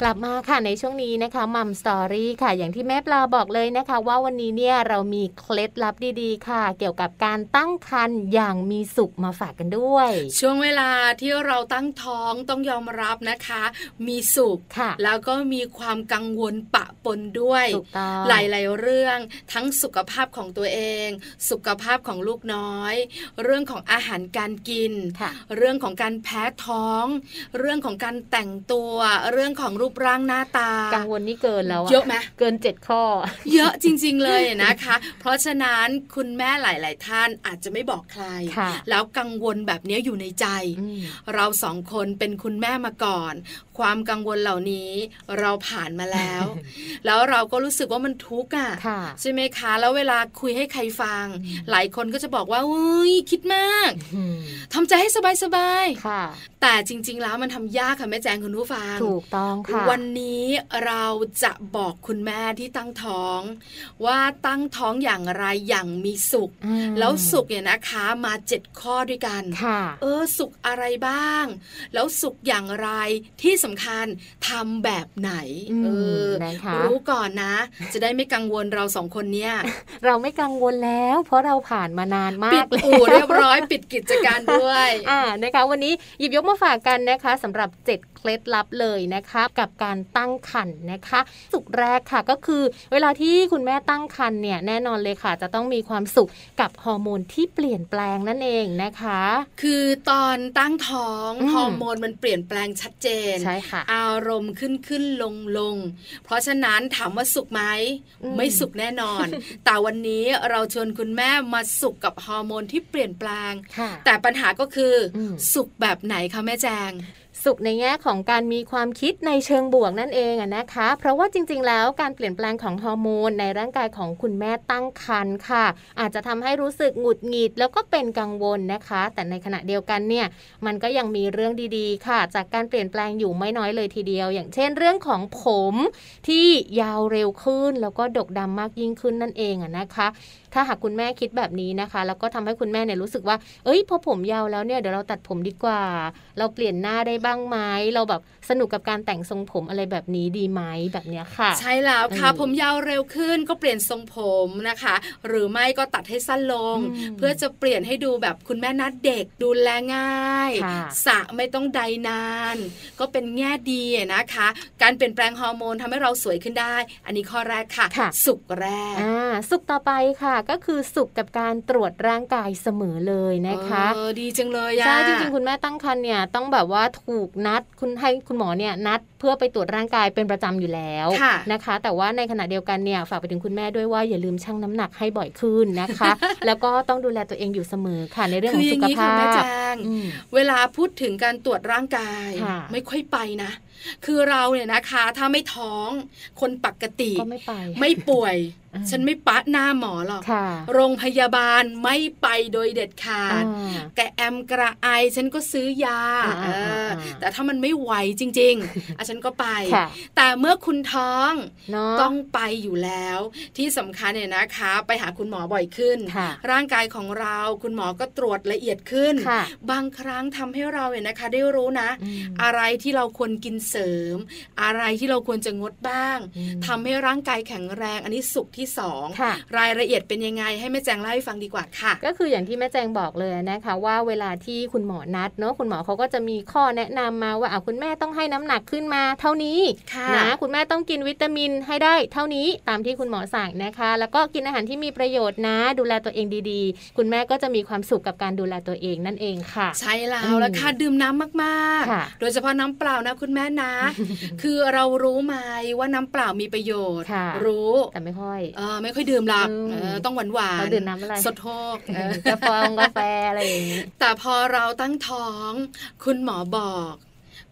Speaker 4: กลับมาค่ะในช่วงนี้นะคะมัมสตอรี่ค่ะ อย่างที่แม่ปลาบอกเลยนะคะ ว่าวันนี้เนี่ยเรามีเคล็ดลับดีๆ ค่ะ เกี่ยวกับการตั้งครรภ์อย่างมีสุขมาฝากกันด้วย
Speaker 3: ช่วงเวลาที่เราตั้งท้องต้องยอมรับนะคะ มีสุข
Speaker 4: ค่ะ
Speaker 3: แล้วก็มีความกังวลปะปนด้วย
Speaker 4: ถูกต้อง
Speaker 3: หลาย ๆ เรื่องทั้งสุขภาพของตัวเอง สุขภาพของลูกน้อย เรื่องของอาหารการกิน
Speaker 4: ค่ะ
Speaker 3: เรื่องของการแพ้ท้อง เรื่องของการแต่งตัว เรื่องของรูปร่างหน้าตา
Speaker 4: กังวลนี่เกินแล้ว
Speaker 3: เยอะไหม
Speaker 4: เกินเจ็ดข้อ
Speaker 3: เยอะจริง ๆ เลยนะคะ เพราะฉะนั้นคุณแม่หลาย ๆ ท่านอาจจะไม่บอกใคร
Speaker 4: ค่ะ
Speaker 3: แล้วกังวลแบบเนี้ยอยู่ในใจ
Speaker 4: อืม
Speaker 3: เราสองคนเป็นคุณแม่มาก่อน ความกังวลเหล่านี้เราผ่านมาแล้ว แล้วเราก็รู้สึกว่ามันทุกข์อ่ะ
Speaker 4: ค่ะ
Speaker 3: ใช่ไหมคะ แล้วเวลาคุยให้ใครฟัง
Speaker 4: อืม
Speaker 3: หลายคนก็จะบอกว่าเฮ้ยคิดมาก
Speaker 4: อืม
Speaker 3: ทำใจให้สบาย
Speaker 4: ค่ะ
Speaker 3: ๆ แต่จริง ๆ แล้วมันทำยากค่ะแม่แจงคุณผู้ฟัง
Speaker 4: ถูกต้องค่ะ
Speaker 3: วันนี้เราจะบอกคุณแม่ที่ตั้งท้อง ว่าตั้งท้องอย่างไรอย่างมีสุข
Speaker 4: อืม
Speaker 3: แล้วสุขเนี่ยนะคะมาเจ็ดข้อด้วยกัน
Speaker 4: ค่ะ
Speaker 3: เออสุขอะไรบ้าง แล้วสุขอย่างไรที่สำคัญทำแบบไหน
Speaker 4: อืม
Speaker 3: เออ
Speaker 4: นะคะ
Speaker 3: รู้ก่อนนะ จะได้ไม่กังวลเราสองคนเนี่ย
Speaker 4: เราไม่กังวลแล้ว เพราะเราผ่านมานานมา
Speaker 3: ปิ
Speaker 4: ก
Speaker 3: ด
Speaker 4: แล้ว
Speaker 3: อู่เรียบร้อย ปิดกิจการด้วย
Speaker 4: อ่านะคะวันนี้หยิบยกมาฝากกันนะคะสำหรับ 7 เคล็ดลับเลยนะคะ กับการตั้งครรภ์นะคะ สุขแรกค่ะก็คือ เวลาที่คุณแม่ตั้งครรภ์เนี่ยแน่นอนเลยค่ะ จะต้องมีความสุขกับฮอร์โมนที่เปลี่ยนแปลงนั่นเองนะคะ
Speaker 3: คือตอนตั้งท้อง
Speaker 4: อืม
Speaker 3: ฮอร์โมนมันเปลี่ยนแปลงชัดเจน
Speaker 4: ใช่ค่ะ
Speaker 3: อารมณ์ขึ้นขึ้นลงลง เพราะฉะนั้นถามว่าสุขไหม
Speaker 4: อืม
Speaker 3: ไม่สุขแน่นอน แต่วันนี้เราชวนคุณแม่มาสุขกับฮอร์โมนที่เปลี่ยนแปลง
Speaker 4: ค่ะ
Speaker 3: แต่ปัญหาก็คืออ
Speaker 4: ม
Speaker 3: สุขแบบไหนคะแม่แจง
Speaker 4: สุขในแง่ของการมีความคิดในเชิงบวกนั่นเองอะนะคะ เพราะว่าจริง ๆ แล้วการเปลี่ยนแปลงของฮอร์โมนในร่างกายของคุณแม่ตั้งครรภ์ค่ะ อาจจะทำให้รู้สึกหงุดหงิดแล้วก็เป็นกังวลนะคะ แต่ในขณะเดียวกันเนี่ย มันก็ยังมีเรื่องดีๆ ค่ะ จากการเปลี่ยนแปลงอยู่ไม่น้อยเลยทีเดียว อย่างเช่นเรื่องของผมที่ยาวเร็วขึ้น แล้วก็ดกดำมากยิ่งขึ้นนั่นเองอะนะคะ ถ้าหากคุณแม่คิดแบบนี้นะคะ แล้วก็ทำให้คุณแม่เนี่ยรู้สึกว่า เอ้ยพอผมยาวแล้วเนี่ยเดี๋ยวเราตัดผมดีกว่า เราเปลี่ยนหน้าได้บ้างไหมเราแบบสนุกกับการแต่งทรงผมอะไรแบบนี้ดีไหมแบบเนี้ยค่ะ
Speaker 3: ใช่แล้วค่ะ
Speaker 4: อืม
Speaker 3: ผมยาวเร็วขึ้นก็เปลี่ยนทรงผมนะคะ หรือไม่ก็ตัดให้สั้นลง
Speaker 4: อืม
Speaker 3: เพื่อจะเปลี่ยนให้ดูแบบคุณแม่นัดเด็กดูแลง่าย
Speaker 4: ค่ะ
Speaker 3: สระไม่ต้องใดนาน ก็เป็นแง่ดีนะคะ การเปลี่ยนแปลงฮอร์โมนทำให้เราสวยขึ้นได้ อันนี้ข้อแรกค่ะ
Speaker 4: ค่ะ
Speaker 3: สุขแรก
Speaker 4: อ่าสุขต่อไปค่ะ ก็คือสุขกับการตรวจร่างกายเสมอเลยนะคะ
Speaker 3: เออดีจังเลยอะ
Speaker 4: ใช่จริงๆคุณแม่ตั้งครรภ์เนี่ยต้องแบบว่าถูกนัดคุณให้คุณหมอเนี่ยนัดเพื่อไปตรวจร่างกายเป็นประจำอยู่แล้ว
Speaker 3: ค่ะ
Speaker 4: นะคะ แต่ว่าในขณะเดียวกันเนี่ยฝากไปถึงคุณแม่ด้วยว่าอย่าลืมชั่งน้ำหนักให้บ่อยขึ้นนะคะ แล้วก็ต้องดูแลตัวเองอยู่เสมอค่ะในเรื่อง
Speaker 3: คื
Speaker 4: ของ
Speaker 3: ออ
Speaker 4: สุ
Speaker 3: ย่าง
Speaker 4: ข
Speaker 3: นี้ค่ะ
Speaker 4: ภา
Speaker 3: แม่แจ
Speaker 4: พ
Speaker 3: ง
Speaker 4: อืม
Speaker 3: เวลาพูดถึงการตรวจร่างกาย
Speaker 4: ค่ะ
Speaker 3: ไม่ค่อยไปนะ คือเราเนี่ยนะคะ ถ้าไม่ท้องคนปกติ
Speaker 4: ก็ไม่ไป
Speaker 3: ไม่ป่วย
Speaker 4: อืม
Speaker 3: ฉันไม่ปะหน้าหมอหรอก
Speaker 4: ค่ะ
Speaker 3: โรงพยาบาลไม่ไปโดยเด็ดขา
Speaker 4: อ่า
Speaker 3: ด แกะแอมกระไอ ฉันก็ซื้อยา
Speaker 4: อ่า
Speaker 3: เอออา
Speaker 4: อ่า
Speaker 3: แต่ถ้ามันไม่ไหวจริง ๆ อาจ ฉันก็ไป
Speaker 4: ค่ะ
Speaker 3: แต่เมื่อคุณท้อง
Speaker 4: เนาะ
Speaker 3: ต้องไปอยู่แล้ว ที่สำคัญเนี่ยนะคะ ไปหาคุณหมอบ่อยขึ้น
Speaker 4: ค่ะ
Speaker 3: ร่างกายของเราคุณหมอก็ตรวจละเอียดขึ้น
Speaker 4: ค่ะ
Speaker 3: บางครั้งทำให้เราเนี่ยนะคะ ได้รู้นะ
Speaker 4: อืม
Speaker 3: อะไรที่เราควรกินเสริม อะไรที่เราควรจะงดบ้าง
Speaker 4: อืม
Speaker 3: ทำให้ร่างกายแข็งแรง อันนี้สุขที่สอง
Speaker 4: ค่ะ
Speaker 3: รายละเอียดเป็นยังไงให้แม่แจงเล่าให้ฟังดีกว่าค่ะ
Speaker 4: ก็คืออย่างที่แม่แจงบอกเลยนะคะ ว่าเวลาที่คุณหมอนัดเนอะคุณหมอเขาก็จะมีข้อแนะนำมาว่าอ่ะคุณแม่ต้องให้น้ำหนักขึ้นมาเท่านี้
Speaker 3: ค่ะ
Speaker 4: นะคุณแม่ต้องกินวิตามินให้ได้เท่านี้ตามที่คุณหมอสั่งนะคะ แล้วก็กินอาหารที่มีประโยชน์นะ ดูแลตัวเองดีๆ คุณแม่ก็จะมีความสุขกับการดูแลตัวเองนั่นเองค่ะ
Speaker 3: ใช่แล้
Speaker 4: อื
Speaker 3: ว
Speaker 4: ม
Speaker 3: ละค่ะดื่มน้ำมาก
Speaker 4: ค่ะ
Speaker 3: ๆ โดยเฉพาะน้ำเปล่านะคุณแม่นะ คือเรารู้ไหมว่าน้ำเปล่ามีประโยชน์
Speaker 4: ค่ะ
Speaker 3: รู้
Speaker 4: แต่ไม่ค่อย
Speaker 3: เออไม่ค่อยดื่มหรอก
Speaker 4: อืม
Speaker 3: เออต้องหวานหวาน
Speaker 4: เราดื่มน้ำอะไร
Speaker 3: สดโทกเออก
Speaker 4: าแฟงกาแฟอะไรอย่างนี้
Speaker 3: แต่พอเราตั้งท้อง คุณหมอบอก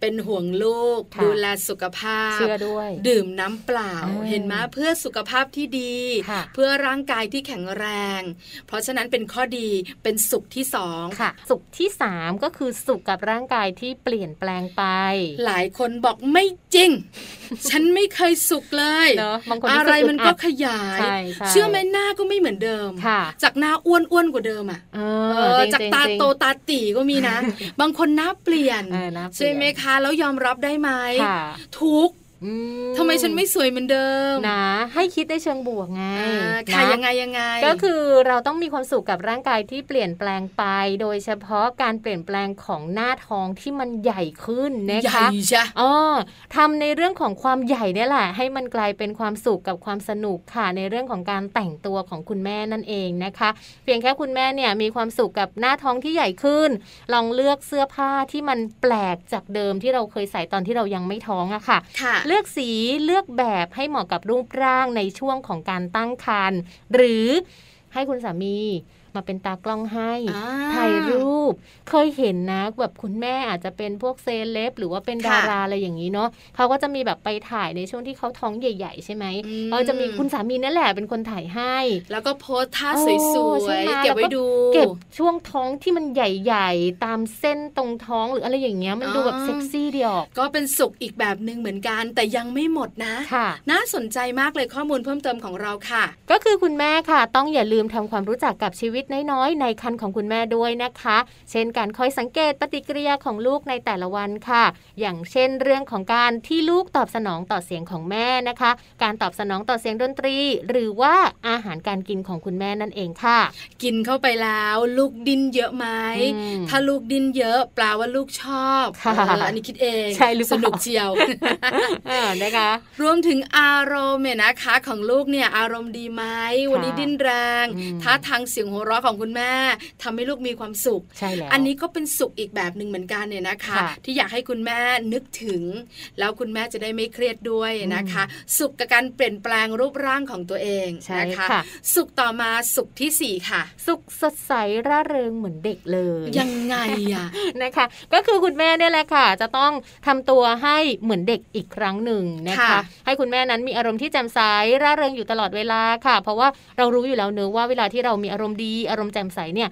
Speaker 3: เป็นห่วงลูก
Speaker 4: ค่ะ
Speaker 3: ดูแลสุขภาพ
Speaker 4: เชื่อด้วย
Speaker 3: ดื่มน้ำเปล่า
Speaker 4: อ่า
Speaker 3: เห็นไหมเพื่อสุขภาพที่ดี
Speaker 4: ค่ะ
Speaker 3: เพื่อร่างกายที่แข็งแรง เพราะฉะนั้นเป็นข้อดีเป็นสุขที่สอง
Speaker 4: ค่ะ สุขที่ 3 ก็คือสุขกับร่างกายที่เปลี่ยนแปลงไป
Speaker 3: หลายคนบอกไม่จริง ฉันไม่เคยสุขเลย
Speaker 4: เนอะบางคน
Speaker 3: อะไรมันก็ขยาย
Speaker 4: ใช่ใช่
Speaker 3: เชื่อไหมหน้าก็ไม่เหมือนเดิม
Speaker 4: ค่ะ
Speaker 3: จากหน้าอ้วนอ้วนๆกว่าเดิมอ่ะ
Speaker 4: เอ
Speaker 3: เอ
Speaker 4: อจ
Speaker 3: อ
Speaker 4: ริงๆ
Speaker 3: จากตา
Speaker 4: จริง
Speaker 3: โตตาตีก็มีนะ บางคนหน้าเปลี่ยน
Speaker 4: เออหน้าเปลี่ยน
Speaker 3: ใช่ไหมคะแล้วยอมรับได้ไหม
Speaker 4: ค่ะ
Speaker 3: ทุกข์
Speaker 4: อื
Speaker 3: ทำไมฉันไม่สวยเหมือนเดิม
Speaker 4: นะ ให้คิดได้เชิงบวกไง
Speaker 3: อ่า
Speaker 4: นะ
Speaker 3: ค่ะยังไงยังไง
Speaker 4: ก็คือเราต้องมีความสุขกับร่างกายที่เปลี่ยนแปลงไป โดยเฉพาะการเปลี่ยนแปลงของหน้าท้องที่มันใหญ่ขึ้นนะ
Speaker 3: ใหญ่
Speaker 4: คะ
Speaker 3: จ้ะ
Speaker 4: อ๋อทำในเรื่องของความใหญ่เนี่ยแหละ ให้มันกลายเป็นความสุขกับความสนุกค่ะ ในเรื่องของการแต่งตัวของคุณแม่นั่นเองนะคะ เพียงแค่คุณแม่เนี่ยมีความสุขกับหน้าท้องที่ใหญ่ขึ้น ลองเลือกเสื้อผ้าที่มันแปลกจากเดิมที่เราเคยใส่ตอนที่เรายังไม่ท้องอะค่ะ
Speaker 3: ค่ะ
Speaker 4: เลือกสีเลือกแบบให้เหมาะกับรูปร่างในช่วงของการตั้งครรภ์หรือให้คุณสามีมาเป็นตากล้องให้
Speaker 3: อ่า
Speaker 4: ถ่ายรูป เคยเห็นนะแบบคุณแม่อาจจะเป็นพวกเซเลบหรือว่าเป็นดา
Speaker 3: ค่ะ
Speaker 4: ราอะไรอย่างนี้เนาะเขาก็จะมีแบบไปถ่ายในช่วงที่เขาท้องใหญ่ ๆ ใช่ไหม
Speaker 3: อืม
Speaker 4: เขาจะมีคุณสามีนั่นแหละเป็นคนถ่ายให้
Speaker 3: แล้วก็โพสท่า
Speaker 4: โอ้
Speaker 3: ส
Speaker 4: ใช่
Speaker 3: วย
Speaker 4: ไหม
Speaker 3: ๆ เก็บไว้
Speaker 4: แล้ว
Speaker 3: ดู
Speaker 4: เก็บช่วงท้องที่มันใหญ่ ๆ ตามเส้นตรงท้องหรืออะไรอย่างเงี้ยมันดูแบบ
Speaker 3: อ๋อ
Speaker 4: เซ็กซี่ดีออก
Speaker 3: ก็เป็นสุขอีกแบบหนึ่งเหมือนกัน แต่ยังไม่หมดนะ
Speaker 4: ค่ะ
Speaker 3: น่าสนใจมากเลยข้อมูลเพิ่มเติมของเราค่ะ
Speaker 4: ก็คือคุณแม่ค่ะ ต้องอย่าลืมทำความรู้จักกับชีวิตน้อยๆ ในคันของคุณแม่ด้วยนะคะ เช่นการคอยสังเกตปฏิกิริยาของลูกในแต่ละวันค่ะ อย่างเช่นเรื่องของการที่ลูกตอบสนองต่อเสียงของแม่นะคะ การตอบสนองต่อเสียงดนตรี หรือว่าอาหารการกินของคุณแม่นั่นเองค่ะ
Speaker 3: กินเข้าไปแล้ว ลูกดิ้นเยอะไหม
Speaker 4: อืม
Speaker 3: ถ้าลูกดิ้นเยอะแปลว่าลูกชอบ
Speaker 4: ค่ะ
Speaker 3: เอออันนี้คิดเอง
Speaker 4: ใช่หรือเป
Speaker 3: ส
Speaker 4: ล่า
Speaker 3: นุกเชียว
Speaker 4: อ่านะคะ
Speaker 3: รวมถึงอารมณ์เนี่ยนะคะ ของลูกเนี่ยอารมณ์ดีไหมวันนี้ดิ้นแรง
Speaker 4: อืม
Speaker 3: ท่าทางเสียงหัวเราะของคุณแม่ทำให้ลูกมีความสุข
Speaker 4: ใช่แล้ว
Speaker 3: อันนี้ก็เป็นสุขอีกแบบหนึ่งเหมือนกันเนี่ยนะคะ
Speaker 4: ค่ะ
Speaker 3: ที่อยากให้คุณแม่นึกถึง แล้วคุณแม่จะได้ไม่เครียดด้วยนะคะ สุขกับการเปลี่ยนแปลงรูปร่างของตัวเอง
Speaker 4: ใช่
Speaker 3: นะคะ
Speaker 4: ค่ะ
Speaker 3: สุขต่อมาสุขที่สี่ค่ะ
Speaker 4: สุขสดใสร่าเริงเหมือนเด็กเลย
Speaker 3: ยังไงอ่ะ
Speaker 4: นะคะก็คือคุณแม่เนี่ยแหละค่ะ จะต้องทำตัวให้เหมือนเด็กอีกครั้งหนึ่งนะคะ
Speaker 3: ค่ะ
Speaker 4: ให้คุณแม่นั้นมีอารมณ์ที่แจ่มใสร่าเริงอยู่ตลอดเวลาค่ะ เพราะว่าเรารู้อยู่แล้วเนอะว่าเวลาที่เรามีอารมณ์ดีอารมณ์แจ่มใสเนี่ย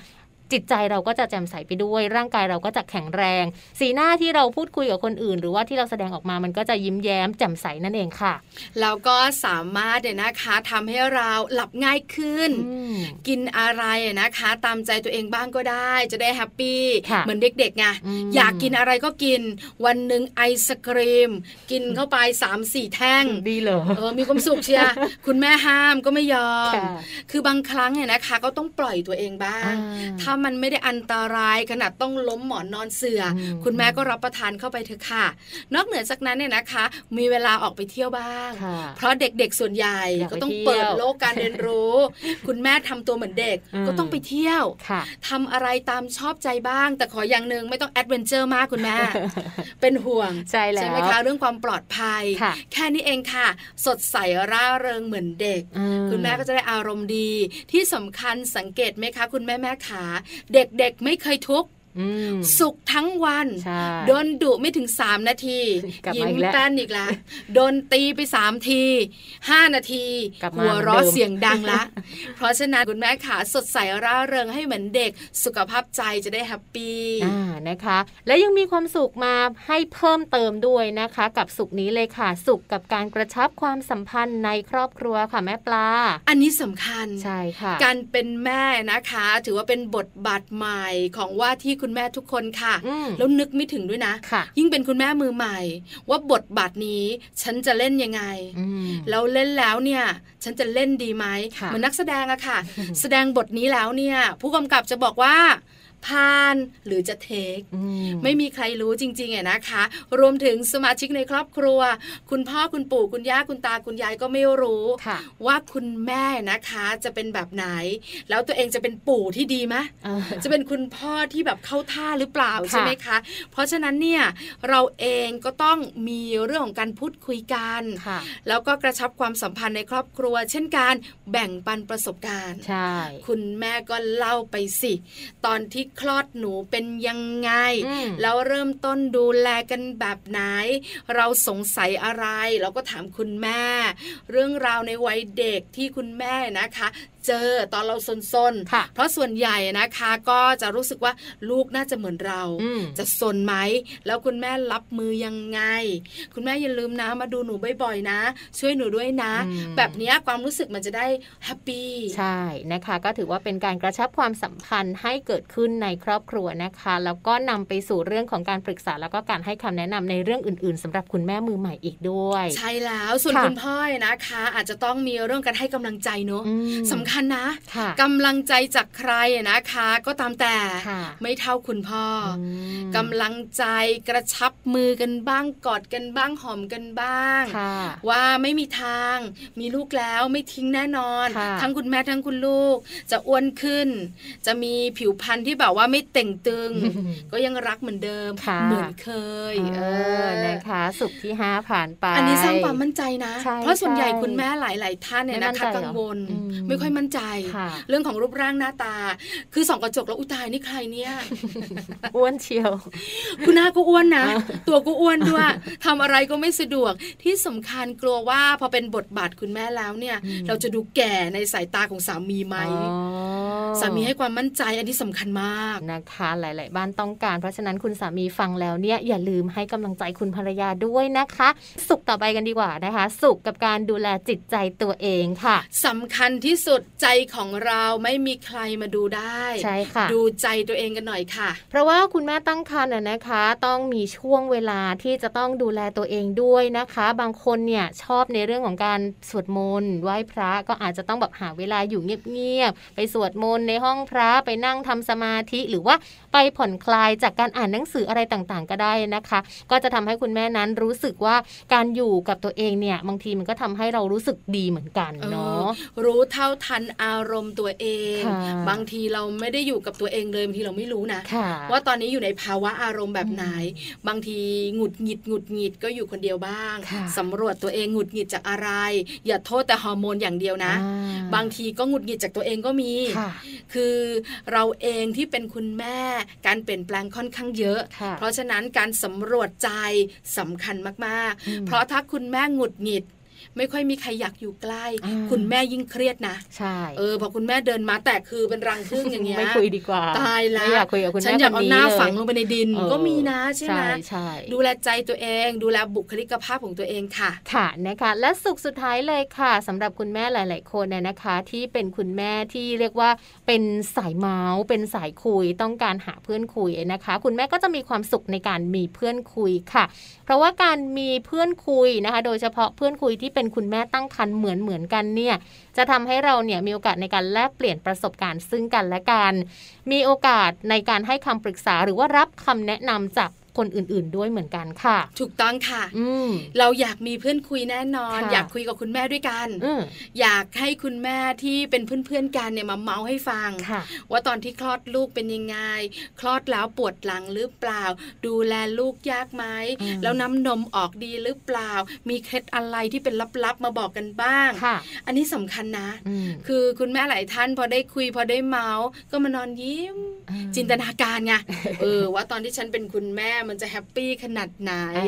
Speaker 4: จิตใจเราก็จะแจ่มใสไปด้วย ร่างกายเราก็จะแข็งแรง สีหน้าที่เราพูดคุยกับคนอื่น หรือว่าที่เราแสดงออกมามันก็จะยิ้มแย้มแจ่มใสนั่นเองค่ะ
Speaker 3: แล้วก็สามารถเนี่ยนะคะทำให้เราหลับง่ายขึ้น
Speaker 4: อืม
Speaker 3: กินอะไรอะนะคะ ตามใจตัวเองบ้างก็ได้ จะได้แฮปปี้
Speaker 4: ค่ะ
Speaker 3: เหมือนเด็กๆไง
Speaker 4: อืม
Speaker 3: อยากกินอะไรก็กิน วันหนึ่งไอศครีม กินเข้าไปสามสี่แท่ง
Speaker 4: ดีเหรอ
Speaker 3: เออมีความสุขเชี ยร์ คุณแม่ห้ามก็ไม่ยอม
Speaker 4: ค่ะ
Speaker 3: คือบางครั้งเนี่ยนะคะ ก็ต้องปล่อยตัวเองบ้าง
Speaker 4: อ่า
Speaker 3: ถ้ามันไม่ได้อันตรายขนาดต้องล้มหมอนนอนเสือ่ออ
Speaker 4: ม
Speaker 3: คุณแม่ก็รับประทานเข้าไปเถอะค่ะ นอกเหนือจากนั้นเนี่ยนะคะ มีเวลาออกไปเที่ยวบ้าง
Speaker 4: ค่ะ
Speaker 3: เพราะเด็กๆส่วนใหญ่
Speaker 4: อยากไป
Speaker 3: ก็ต้อง
Speaker 4: เที่ยว
Speaker 3: เปิดโลกการเรียนรู้ คุณแม่ทำตัวเหมือนเด็ก
Speaker 4: อืม
Speaker 3: ก็ต้องไปเที่ยว
Speaker 4: ค่ะ
Speaker 3: ทำอะไรตามชอบใจบ้าง แต่ขออย่างหนึ่งไม่ต้องแอดเวนเจอร์มากคุณ แม่ เป็นห่วง
Speaker 4: ใช่แล้ว
Speaker 3: ใช่ไหมคะเรื่องความปลอดภัย
Speaker 4: ค่ะ
Speaker 3: แค่นี้เองค่ะ สดใสร่าเริงเหมือนเด็ก
Speaker 4: อื
Speaker 3: คุณแม่ก็จะได้อารมณ์ดี ที่สำคัญสังเกตไหมคะ คุณแม่แม่ขาเด็กๆไม่เคยทุกข์
Speaker 4: อืม
Speaker 3: สุขทั้งวัน
Speaker 4: ใช่
Speaker 3: โดนดุไม่ถึง 3 นาที
Speaker 4: กลับมา
Speaker 3: ยิ้
Speaker 4: อีก
Speaker 3: ม
Speaker 4: แล้ว
Speaker 3: แป้นอีกแล้วโดนตีไป 3 ที 5 นาที
Speaker 4: กลับมา
Speaker 3: หัวเราะ
Speaker 4: เหมือนเดิม
Speaker 3: เสียงดังละ เพราะฉะนั้นคุณแม่ขาสดใสร่าเริงให้เหมือนเด็กสุขภาพใจจะได้แฮปปี้
Speaker 4: อ่านะคะ และยังมีความสุขมาให้เพิ่มเติมด้วยนะคะ กับสุขนี้เลยค่ะ สุขกับการกระชับความสัมพันธ์ในครอบครัวค่ะแม่ปลา
Speaker 3: อันนี้สำคัญ
Speaker 4: ใช่ค่ะ
Speaker 3: การเป็นแม่นะคะ ถือว่าเป็นบทบาทใหม่ของว่าที่คุณแม่ทุกคนค่ะ
Speaker 4: อืม
Speaker 3: แล้วนึกไม่ถึงด้วยนะ
Speaker 4: ค่ะ
Speaker 3: ยิ่งเป็นคุณแม่มือใหม่ ว่าบทบาทนี้ฉันจะเล่นยังไง
Speaker 4: อืม
Speaker 3: แล้วเล่นแล้วเนี่ย ฉันจะเล่นดีไหม
Speaker 4: ค่ะ
Speaker 3: เหมือนนักแสดงอะค่ะ แสดงบทนี้แล้วเนี่ย ผู้กำกับจะบอกว่าผ่านหรือจะเทค
Speaker 4: อื
Speaker 3: ไม่มีใครรู้จริงๆอะนะคะ รวมถึงสมาชิกในครอบครัว คุณพ่อคุณปู่คุณย่าคุณตาคุณยายก็ไม่รู้
Speaker 4: ค่ะ
Speaker 3: ว่าคุณแม่นะคะจะเป็นแบบไหน แล้วตัวเองจะเป็นปู่ที่ดีไหม
Speaker 4: เออ
Speaker 3: จะเป็นคุณพ่อที่แบบเข้าท่าหรือเปล่า
Speaker 4: ค่ะ
Speaker 3: ใช่ไหมคะ เพราะฉะนั้นเนี่ยเราเองก็ต้องมีเรื่องของการพูดคุยกัน
Speaker 4: ค่ะ
Speaker 3: แล้วก็กระชับความสัมพันธ์ในครอบครัว เช่นการแบ่งปันประสบการณ์
Speaker 4: ใช่
Speaker 3: คุณแม่ก็เล่าไปสิ ตอนที่คลอดหนูเป็นยังไง
Speaker 4: อืม
Speaker 3: แล้วเริ่มต้นดูแลกันแบบไหน เราสงสัยอะไร เราก็ถามคุณแม่ เรื่องราวในวัยเด็กที่คุณแม่นะคะ เจอตอนเราซน
Speaker 4: ค่ะ
Speaker 3: ๆ เพราะส่วนใหญ่นะคะก็จะรู้สึกว่าลูกน่าจะเหมือนเรา
Speaker 4: อืม
Speaker 3: จะสนไหม แล้วคุณแม่รับมือยังไง คุณแม่อย่าลืมนะ มาดูหนูบ่อยๆนะ ช่วยหนูด้วยนะ
Speaker 4: อืม
Speaker 3: แบบเนี้ยความรู้สึกมันจะได้แฮปปี้
Speaker 4: ใช่นะคะ ก็ถือว่าเป็นการกระชับความสัมพันธ์ให้เกิดขึ้นในครอบครัวนะคะ แล้วก็นำไปสู่เรื่องของการปรึกษา แล้วก็การให้คำแนะนำในเรื่องอื่น ๆสำหรับคุณแม่มือใหม่อีกด้วย
Speaker 3: ใช่แล้วส่วน
Speaker 4: ค่ะ
Speaker 3: คุณพ่อนะคะ อาจจะต้องมีเรื่องการให้กำลังใจเนอะ
Speaker 4: อืม
Speaker 3: สำคัญนะ
Speaker 4: ค่ะ
Speaker 3: กำลังใจจากใครนะคะ ก็ตามแต่
Speaker 4: ค่ะ
Speaker 3: ไม่เท่าคุณพ่อ
Speaker 4: อื
Speaker 3: อ
Speaker 4: ม
Speaker 3: กำลังใจกระชับมือกันบ้างกอดกันบ้างหอมกันบ้าง
Speaker 4: ค่ะ
Speaker 3: ว่าไม่มีทางมีลูกแล้วไม่ทิ้งแน่นอน
Speaker 4: ค่ะ
Speaker 3: ทั้งคุณแม่ทั้งคุณลูก จะอ้วนขึ้น จะมีผิวพรรณที่แบบว่าไม่เต่งตึ ง ก็ยังรักเหมือนเดิม
Speaker 4: ค่ะ
Speaker 3: เหมือนเคย
Speaker 4: เอ
Speaker 3: เอ
Speaker 4: อ
Speaker 3: อ
Speaker 4: นะคะ สุขที่ 5 ผ่านไป
Speaker 3: อันนี้สร้างความมั่นใจนะ
Speaker 4: ใช่
Speaker 3: เพราะส่วนใหญ่
Speaker 4: ใช่
Speaker 3: คุณแม่หลาย ๆ ท่านเนี่ย
Speaker 4: ไม่มั่
Speaker 3: นะ
Speaker 4: น
Speaker 3: คะ
Speaker 4: ใจเหรอ
Speaker 3: กังวล
Speaker 4: อืม
Speaker 3: ไม่ค่อยมั่นใจ
Speaker 4: ค่ะ
Speaker 3: เรื่องของรูปร่างหน้าตา คือส่องกระจกแล้วอุยตายนี่ใครเนี่ย
Speaker 4: อ้วนเชียว
Speaker 3: คุณหน้าก็อ้วนนะ
Speaker 4: อ่า
Speaker 3: ตัวก็อ้วนด้วยทำอะไรก็ไม่สะดวกที่สำคัญกลัวว่าพอเป็นบทบาทคุณแม่แล้วเนี่ย เราจะดูแก่ในสายตาของสามีไหม
Speaker 4: อ๋อ
Speaker 3: สามีให้ความมั่นใจอันนี้สำคัญมาก
Speaker 4: นะคะหลาย ๆ บ้านต้องการ เพราะฉะนั้นคุณสามีฟังแล้วเนี่ยอย่าลืมให้กำลังใจคุณภรรยาด้วยนะคะ สุขต่อไปกันดีกว่านะคะ สุขกับการดูแลจิตใจตัวเองค่ะ
Speaker 3: สำคัญที่สุดใจของเราไม่มีใครมาดูได้
Speaker 4: ใช่ค่ะ
Speaker 3: ดูใจตัวเองกันหน่อยค่ะ
Speaker 4: เพราะว่าคุณแม่ตั้งครรภ์น่ะนะคะ ต้องมีช่วงเวลาที่จะต้องดูแลตัวเองด้วยนะคะ บางคนเนี่ยชอบในเรื่องของการสวดมนต์ไหว้พระก็อาจจะต้องแบบหาเวลาอยู่เงียบๆไปสวดมนต์ในห้องพระไปนั่งทำสมาธิหรือว่าไปผ่อนคลายจากการอ่านหนังสืออะไรต่างๆ ก็ได้นะคะ ก็จะทำให้คุณแม่นั้นรู้สึกว่าการอยู่กับตัวเองเนี่ยบางทีมันก็ทำให้เรารู้สึกดีเหมือนกันเนาะ
Speaker 3: เออรู้เท่าทันอารมณ์ตัวเอง
Speaker 4: ค่ะ
Speaker 3: บางทีเราไม่ได้อยู่กับตัวเองเลยบางทีเราไม่รู้นะ
Speaker 4: ค่ะ
Speaker 3: ว่าตอนนี้อยู่ในภาวะอารมณ์แบบไหน บางทีหงุดหงิดหงุดหงิดก็อยู่คนเดียวบ้าง
Speaker 4: ค่ะ
Speaker 3: สำรวจตัวเองหงุดหงิดจากอะไร อย่าโทษแต่ฮอร์โมนอย่างเดียวนะ
Speaker 4: อ่
Speaker 3: บางทีก็หงุดหงิดจากตัวเองก็มี
Speaker 4: ค่ะ
Speaker 3: คือเราเองที่เป็นคุณแม่การเปลี่ยนแปลงค่อนข้างเยอะ
Speaker 4: ค่ะ
Speaker 3: เพราะฉะนั้นการสำรวจใจสำคัญมาก
Speaker 4: อืม
Speaker 3: ๆ เพราะถ้าคุณแม่หงุดหงิด ไม่ค่อยมีใครอยากอยู่ใกล้
Speaker 4: อ่า
Speaker 3: คุณแม่ยิ่งเครียดนะ
Speaker 4: ใช่
Speaker 3: เออพอคุณแม่เดินมาแต่คือเป็นรังผึ้งอย่างเงี้ย
Speaker 4: ไม่คุยดีกว่า
Speaker 3: ตายละ
Speaker 4: ไม่อยากคุยกับคุณแม่
Speaker 3: ฉันอยาก
Speaker 4: ค
Speaker 3: เอา
Speaker 4: นี้
Speaker 3: หน้า
Speaker 4: เลย
Speaker 3: ฝังลงไปในดิน
Speaker 4: เออ
Speaker 3: ก็มีนะใช่ไหม
Speaker 4: ใช่
Speaker 3: ดูแลใจตัวเองดูแลบุคลิกภาพของตัวเองค่ะ
Speaker 4: ค่ะนะคะและสุขสุดท้ายเลยค่ะสำหรับคุณแม่หลาย ๆ คนเนี่ยนะคะ ที่เป็นคุณแม่ที่เรียกว่าเป็นสายเมาส์เป็นสายคุยต้องการหาเพื่อนคุยนะคะ คุณแม่ก็จะมีความสุขในการมีเพื่อนคุยค่ะ เพราะว่าการมีเพื่อนคุยนะคะ โดยเฉพาะเพื่อนคุยที่เป็นคุณแม่ตั้งครรภ์เหมือนเหมือนๆกันเนี่ยจะทำให้เราเนี่ยมีโอกาสในการแลกเปลี่ยนประสบการณ์ซึ่งกันและกัน มีโอกาสในการให้คำปรึกษาหรือว่ารับคำแนะนำจากคนอื่น ๆ ด้วยเหมือนกันค่ะ
Speaker 3: ถูกต้องค่ะ
Speaker 4: อืม
Speaker 3: เราอยากมีเพื่อนคุยแน่นอน
Speaker 4: ค่ะ
Speaker 3: อยากคุยกับคุณแม่ด้วยกัน
Speaker 4: อืม
Speaker 3: อยากให้คุณแม่ที่เป็นเพื่อนๆกันเนี่ยมาเมาส์ให้ฟัง
Speaker 4: ค่ะ
Speaker 3: ว่าตอนที่คลอดลูกเป็นยังไง คลอดแล้วปวดหลังหรือเปล่า ดูแลลูกยากไหม
Speaker 4: อืม
Speaker 3: แล้วน้ำนมออกดีหรือเปล่า มีเคล็ดอะไรที่เป็นลับๆมาบอกกันบ้าง
Speaker 4: ค่ะ
Speaker 3: อันนี้สำคัญนะ
Speaker 4: อืม
Speaker 3: คือคุณแม่หลายท่านพอได้คุยพอได้เมาส์ก็มานอนยิ้ม
Speaker 4: อ่า
Speaker 3: จินตนาการ ไง เออว่าตอนที่ฉันเป็นคุณแม่มันจะแฮปปี้ขนาดไหน
Speaker 4: เออ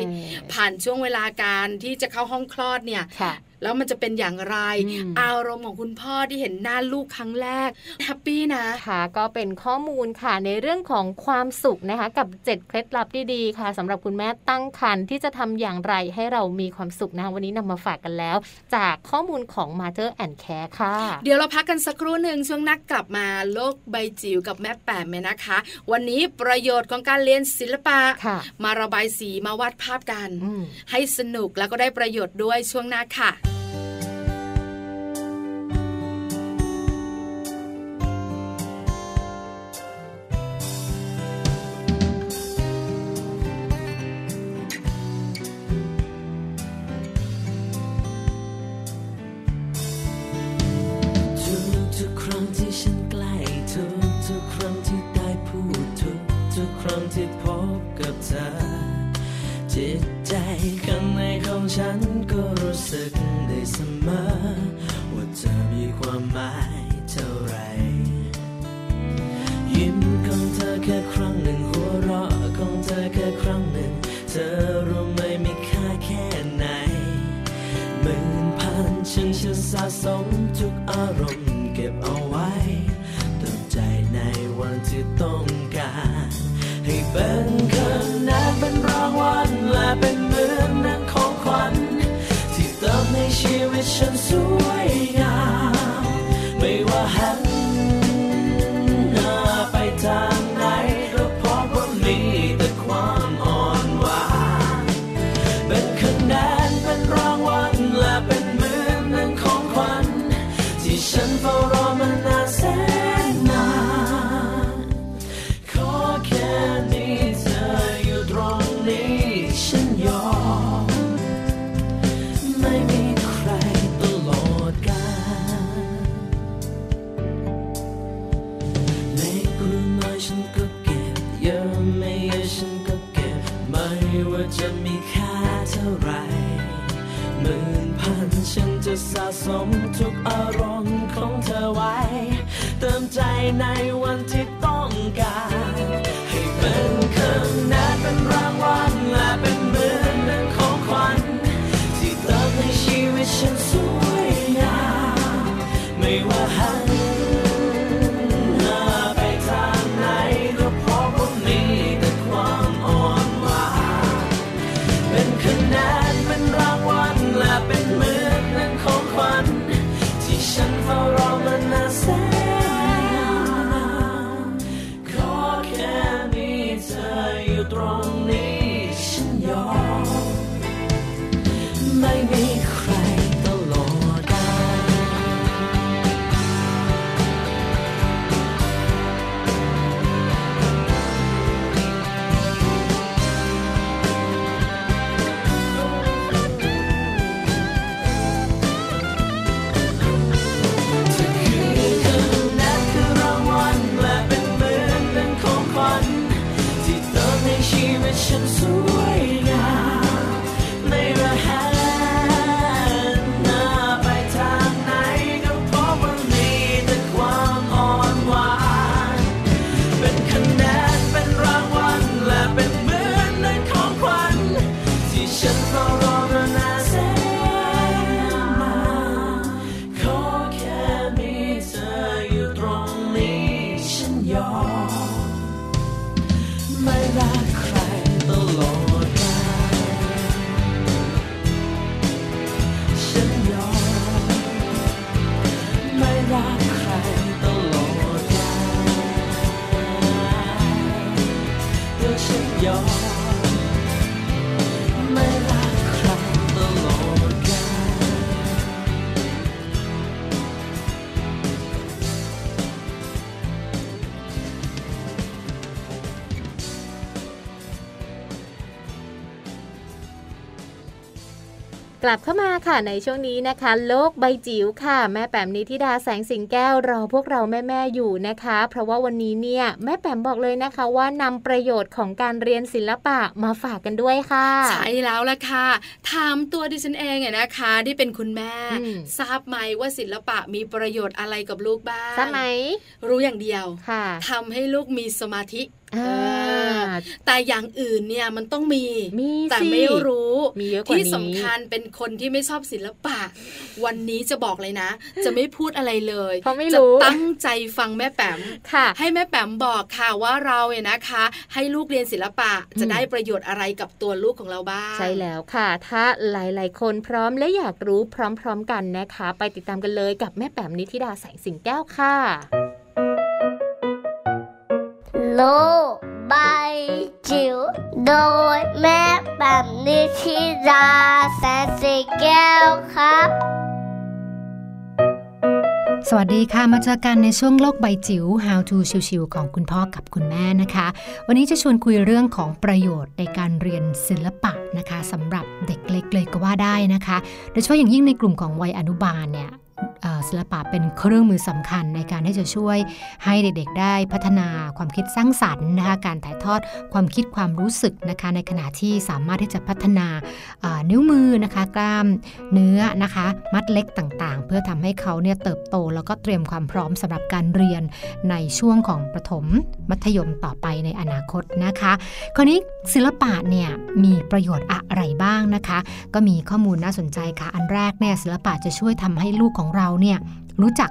Speaker 3: ผ่านช่วงเวลาการที่จะเข้าห้องคลอดเนี่ย
Speaker 4: ค่ะ
Speaker 3: แล้วมันจะเป็นอย่างไร
Speaker 4: อืม
Speaker 3: อารมณ์ของคุณพ่อที่เห็นหน้าลูกครั้งแรกแฮปปี้นะ
Speaker 4: ค่ะก็เป็นข้อมูลค่ะในเรื่องของความสุขนะคะ กับ 7 เคล็ดลับดีๆค่ะสำหรับคุณแม่ตั้งครรภ์ที่จะทำอย่างไรให้เรามีความสุขนะคะวันนี้นำมาฝากกันแล้ว จากข้อมูลของ Mother and Care ค่ะ
Speaker 3: เดี๋ยวเราพักกันสักครู่หนึ่งช่วงหนักกลับมาโลกใบจิ๋วกับแม่แปมเนี่ยนะคะ วันนี้ประโยชน์ของการเรียนศิลปะ
Speaker 4: ค่ะ
Speaker 3: มาระบายสีมาวาดภาพกัน
Speaker 4: อืม
Speaker 3: ให้สนุกแล้วก็ได้ประโยชน์ด้วยช่วงหน้าค่ะ
Speaker 9: ทุกทุกๆครั้งที่ฉันใกล้ทุกทุกๆครั้งที่ได้พูดทุกทุกๆครั้งที่พบกับเธอ จิตใจข้างในของฉันก็รู้สึกได้เสมอ ว่าเธอมีความหมายเท่าไหรยิ้มของเธอแค่ครั้งหนึ่งหัวเราะของเธอแค่ครั้งหนึ่ง เธอรู้ไหมมีค่าแค่ไหน หมื่นพันฉันจะสะสมทุกอารมณ์เก็บเอาไว้เติมใจในวันที่ต้องการ ให้เป็นคำนับเป็นรางวัลและเป็นเหมือนนังของขวัญที่เติมในชีวิตฉันสวยงามไม่ว่าหันหน้าไปทางไหนก็พบว่ามีแต่ความอ่อนหวาน เป็นคะแนนเป็นรางวัลและเป็นเหมือนหนึ่งของขวัญที่ฉันเฝ้ารอมานานแสนนานขอแค่นี้เธออยู่ตรงนี้ฉันยอม ไม่มีใครตลอดกาล เล็กหรือน้อยฉันก็เก็บเยอะไม่เยอะฉันก็เก็บ ไม่ว่าจะมีค่าเท่าไหรหมื่นพันฉันจะสะสมทุกอารมณ์ของเธอไว้ เติมใจในวันที่ต้องการ ให้เป็นคำนัดเป็นรางวัลและเป็นเหมือนหนึ่งของขวัญที่เติมให้ชีวิตฉันสวยงามไม่ว่าหัน เธอไปทางไหนก็พบว่ามีแต่ความอ่อนหวานเป็นคะแนนเป็นรางวัลและเป็นเหมือนหนึ่งของขวัญที่ฉันเฝ้ารอมานานแสนนานขอแค่มีเธออยู่ตรงนี้ฉันยอม ไม่มีใครตลอดกาล
Speaker 4: กลับเข้ามาค่ะในช่วงนี้นะคะ โลกใบจิ๋วค่ะ แม่แปมนิธิดาแสงสิงแก้วรอพวกเราแม่ๆอยู่นะคะ เพราะว่าวันนี้เนี่ยแม่แปมบอกเลยนะคะ ว่านำประโยชน์ของการเรียนศิลปะมาฝากกันด้วยค่ะ
Speaker 3: ใช่แล้วล่ะค่ะถามตัวดิฉันเองอะนะคะ ที่เป็นคุณแม่
Speaker 4: อืม
Speaker 3: ทราบไหมว่าศิลปะมีประโยชน์อะไรกับลูกบ้าง
Speaker 4: ทราบไหม
Speaker 3: รู้อย่างเดียว
Speaker 4: ค่ะ
Speaker 3: ทำให้ลูกมีสมาธิ
Speaker 4: อ่า
Speaker 3: แต่อย่างอื่นเนี่ยมันต้องมี
Speaker 4: มี
Speaker 3: แต่
Speaker 4: สิ
Speaker 3: ไม่รู้
Speaker 4: มีเยอะกว่า
Speaker 3: ที่
Speaker 4: นี้
Speaker 3: สำคัญเป็นคนที่ไม่ชอบศิลปะ วันนี้จะบอกเลยนะ จะไม่พูดอะไรเลย
Speaker 4: เพราะไม่
Speaker 3: จะ
Speaker 4: รู้
Speaker 3: ตั้งใจฟังแม่แปม
Speaker 4: ค่ะ
Speaker 3: ให้แม่แปมบอกค่ะว่าเราเนี่ยนะคะ ให้ลูกเรียนศิลปะ
Speaker 4: อืม
Speaker 3: จะได้ประโยชน์อะไรกับตัวลูกของเราบ้าง
Speaker 4: ใช่แล้วค่ะ ถ้าหลาย ๆ คนพร้อมและอยากรู้พร้อม ๆ กันนะคะ ไปติดตามกันเลยกับแม่แปมนิธิดาแสงสิงแก้วค่ะ
Speaker 8: Lô bay chiều đôi mép bằng đi khi ra sẽ xì keo khắp
Speaker 10: สวัสดีค่ะ มาเจอกันในช่วงโลกใบจิ๋ว How to ชิวๆของคุณพ่อกับคุณแม่นะคะ วันนี้จะชวนคุยเรื่องของประโยชน์ในการเรียนศิลปะนะคะสำหรับเด็กเล็กเลยก็ว่าได้นะคะ โดยเฉพาะอย่างยิ่งในกลุ่มของวัยอนุบาลเนี่ยเอ่อศิลปะเป็นเครื่องมือสำคัญในการที่จะช่วยให้เด็กๆ ได้พัฒนาความคิดสร้างสรรค์นะคะการถ่ายทอดความคิดความรู้สึกนะคะ ในขณะที่สามารถที่จะพัฒนา อ่านิ้วมือนะคะกล้ามเนื้อนะคะ มัดเล็กต่างๆ เพื่อทำให้เขาเนี่ยเติบโต แล้วก็เตรียมความพร้อมสำหรับการเรียนในช่วงของประถมมัธยมต่อไปในอนาคตนะคะ คราวนี้ศิลปะเนี่ยมีประโยชน์อะไรบ้างนะคะ ก็มีข้อมูลน่าสนใจค่ะ อันแรกเนี่ยศิลปะจะช่วยทำให้ลูกของเราเนี่ยรู้จัก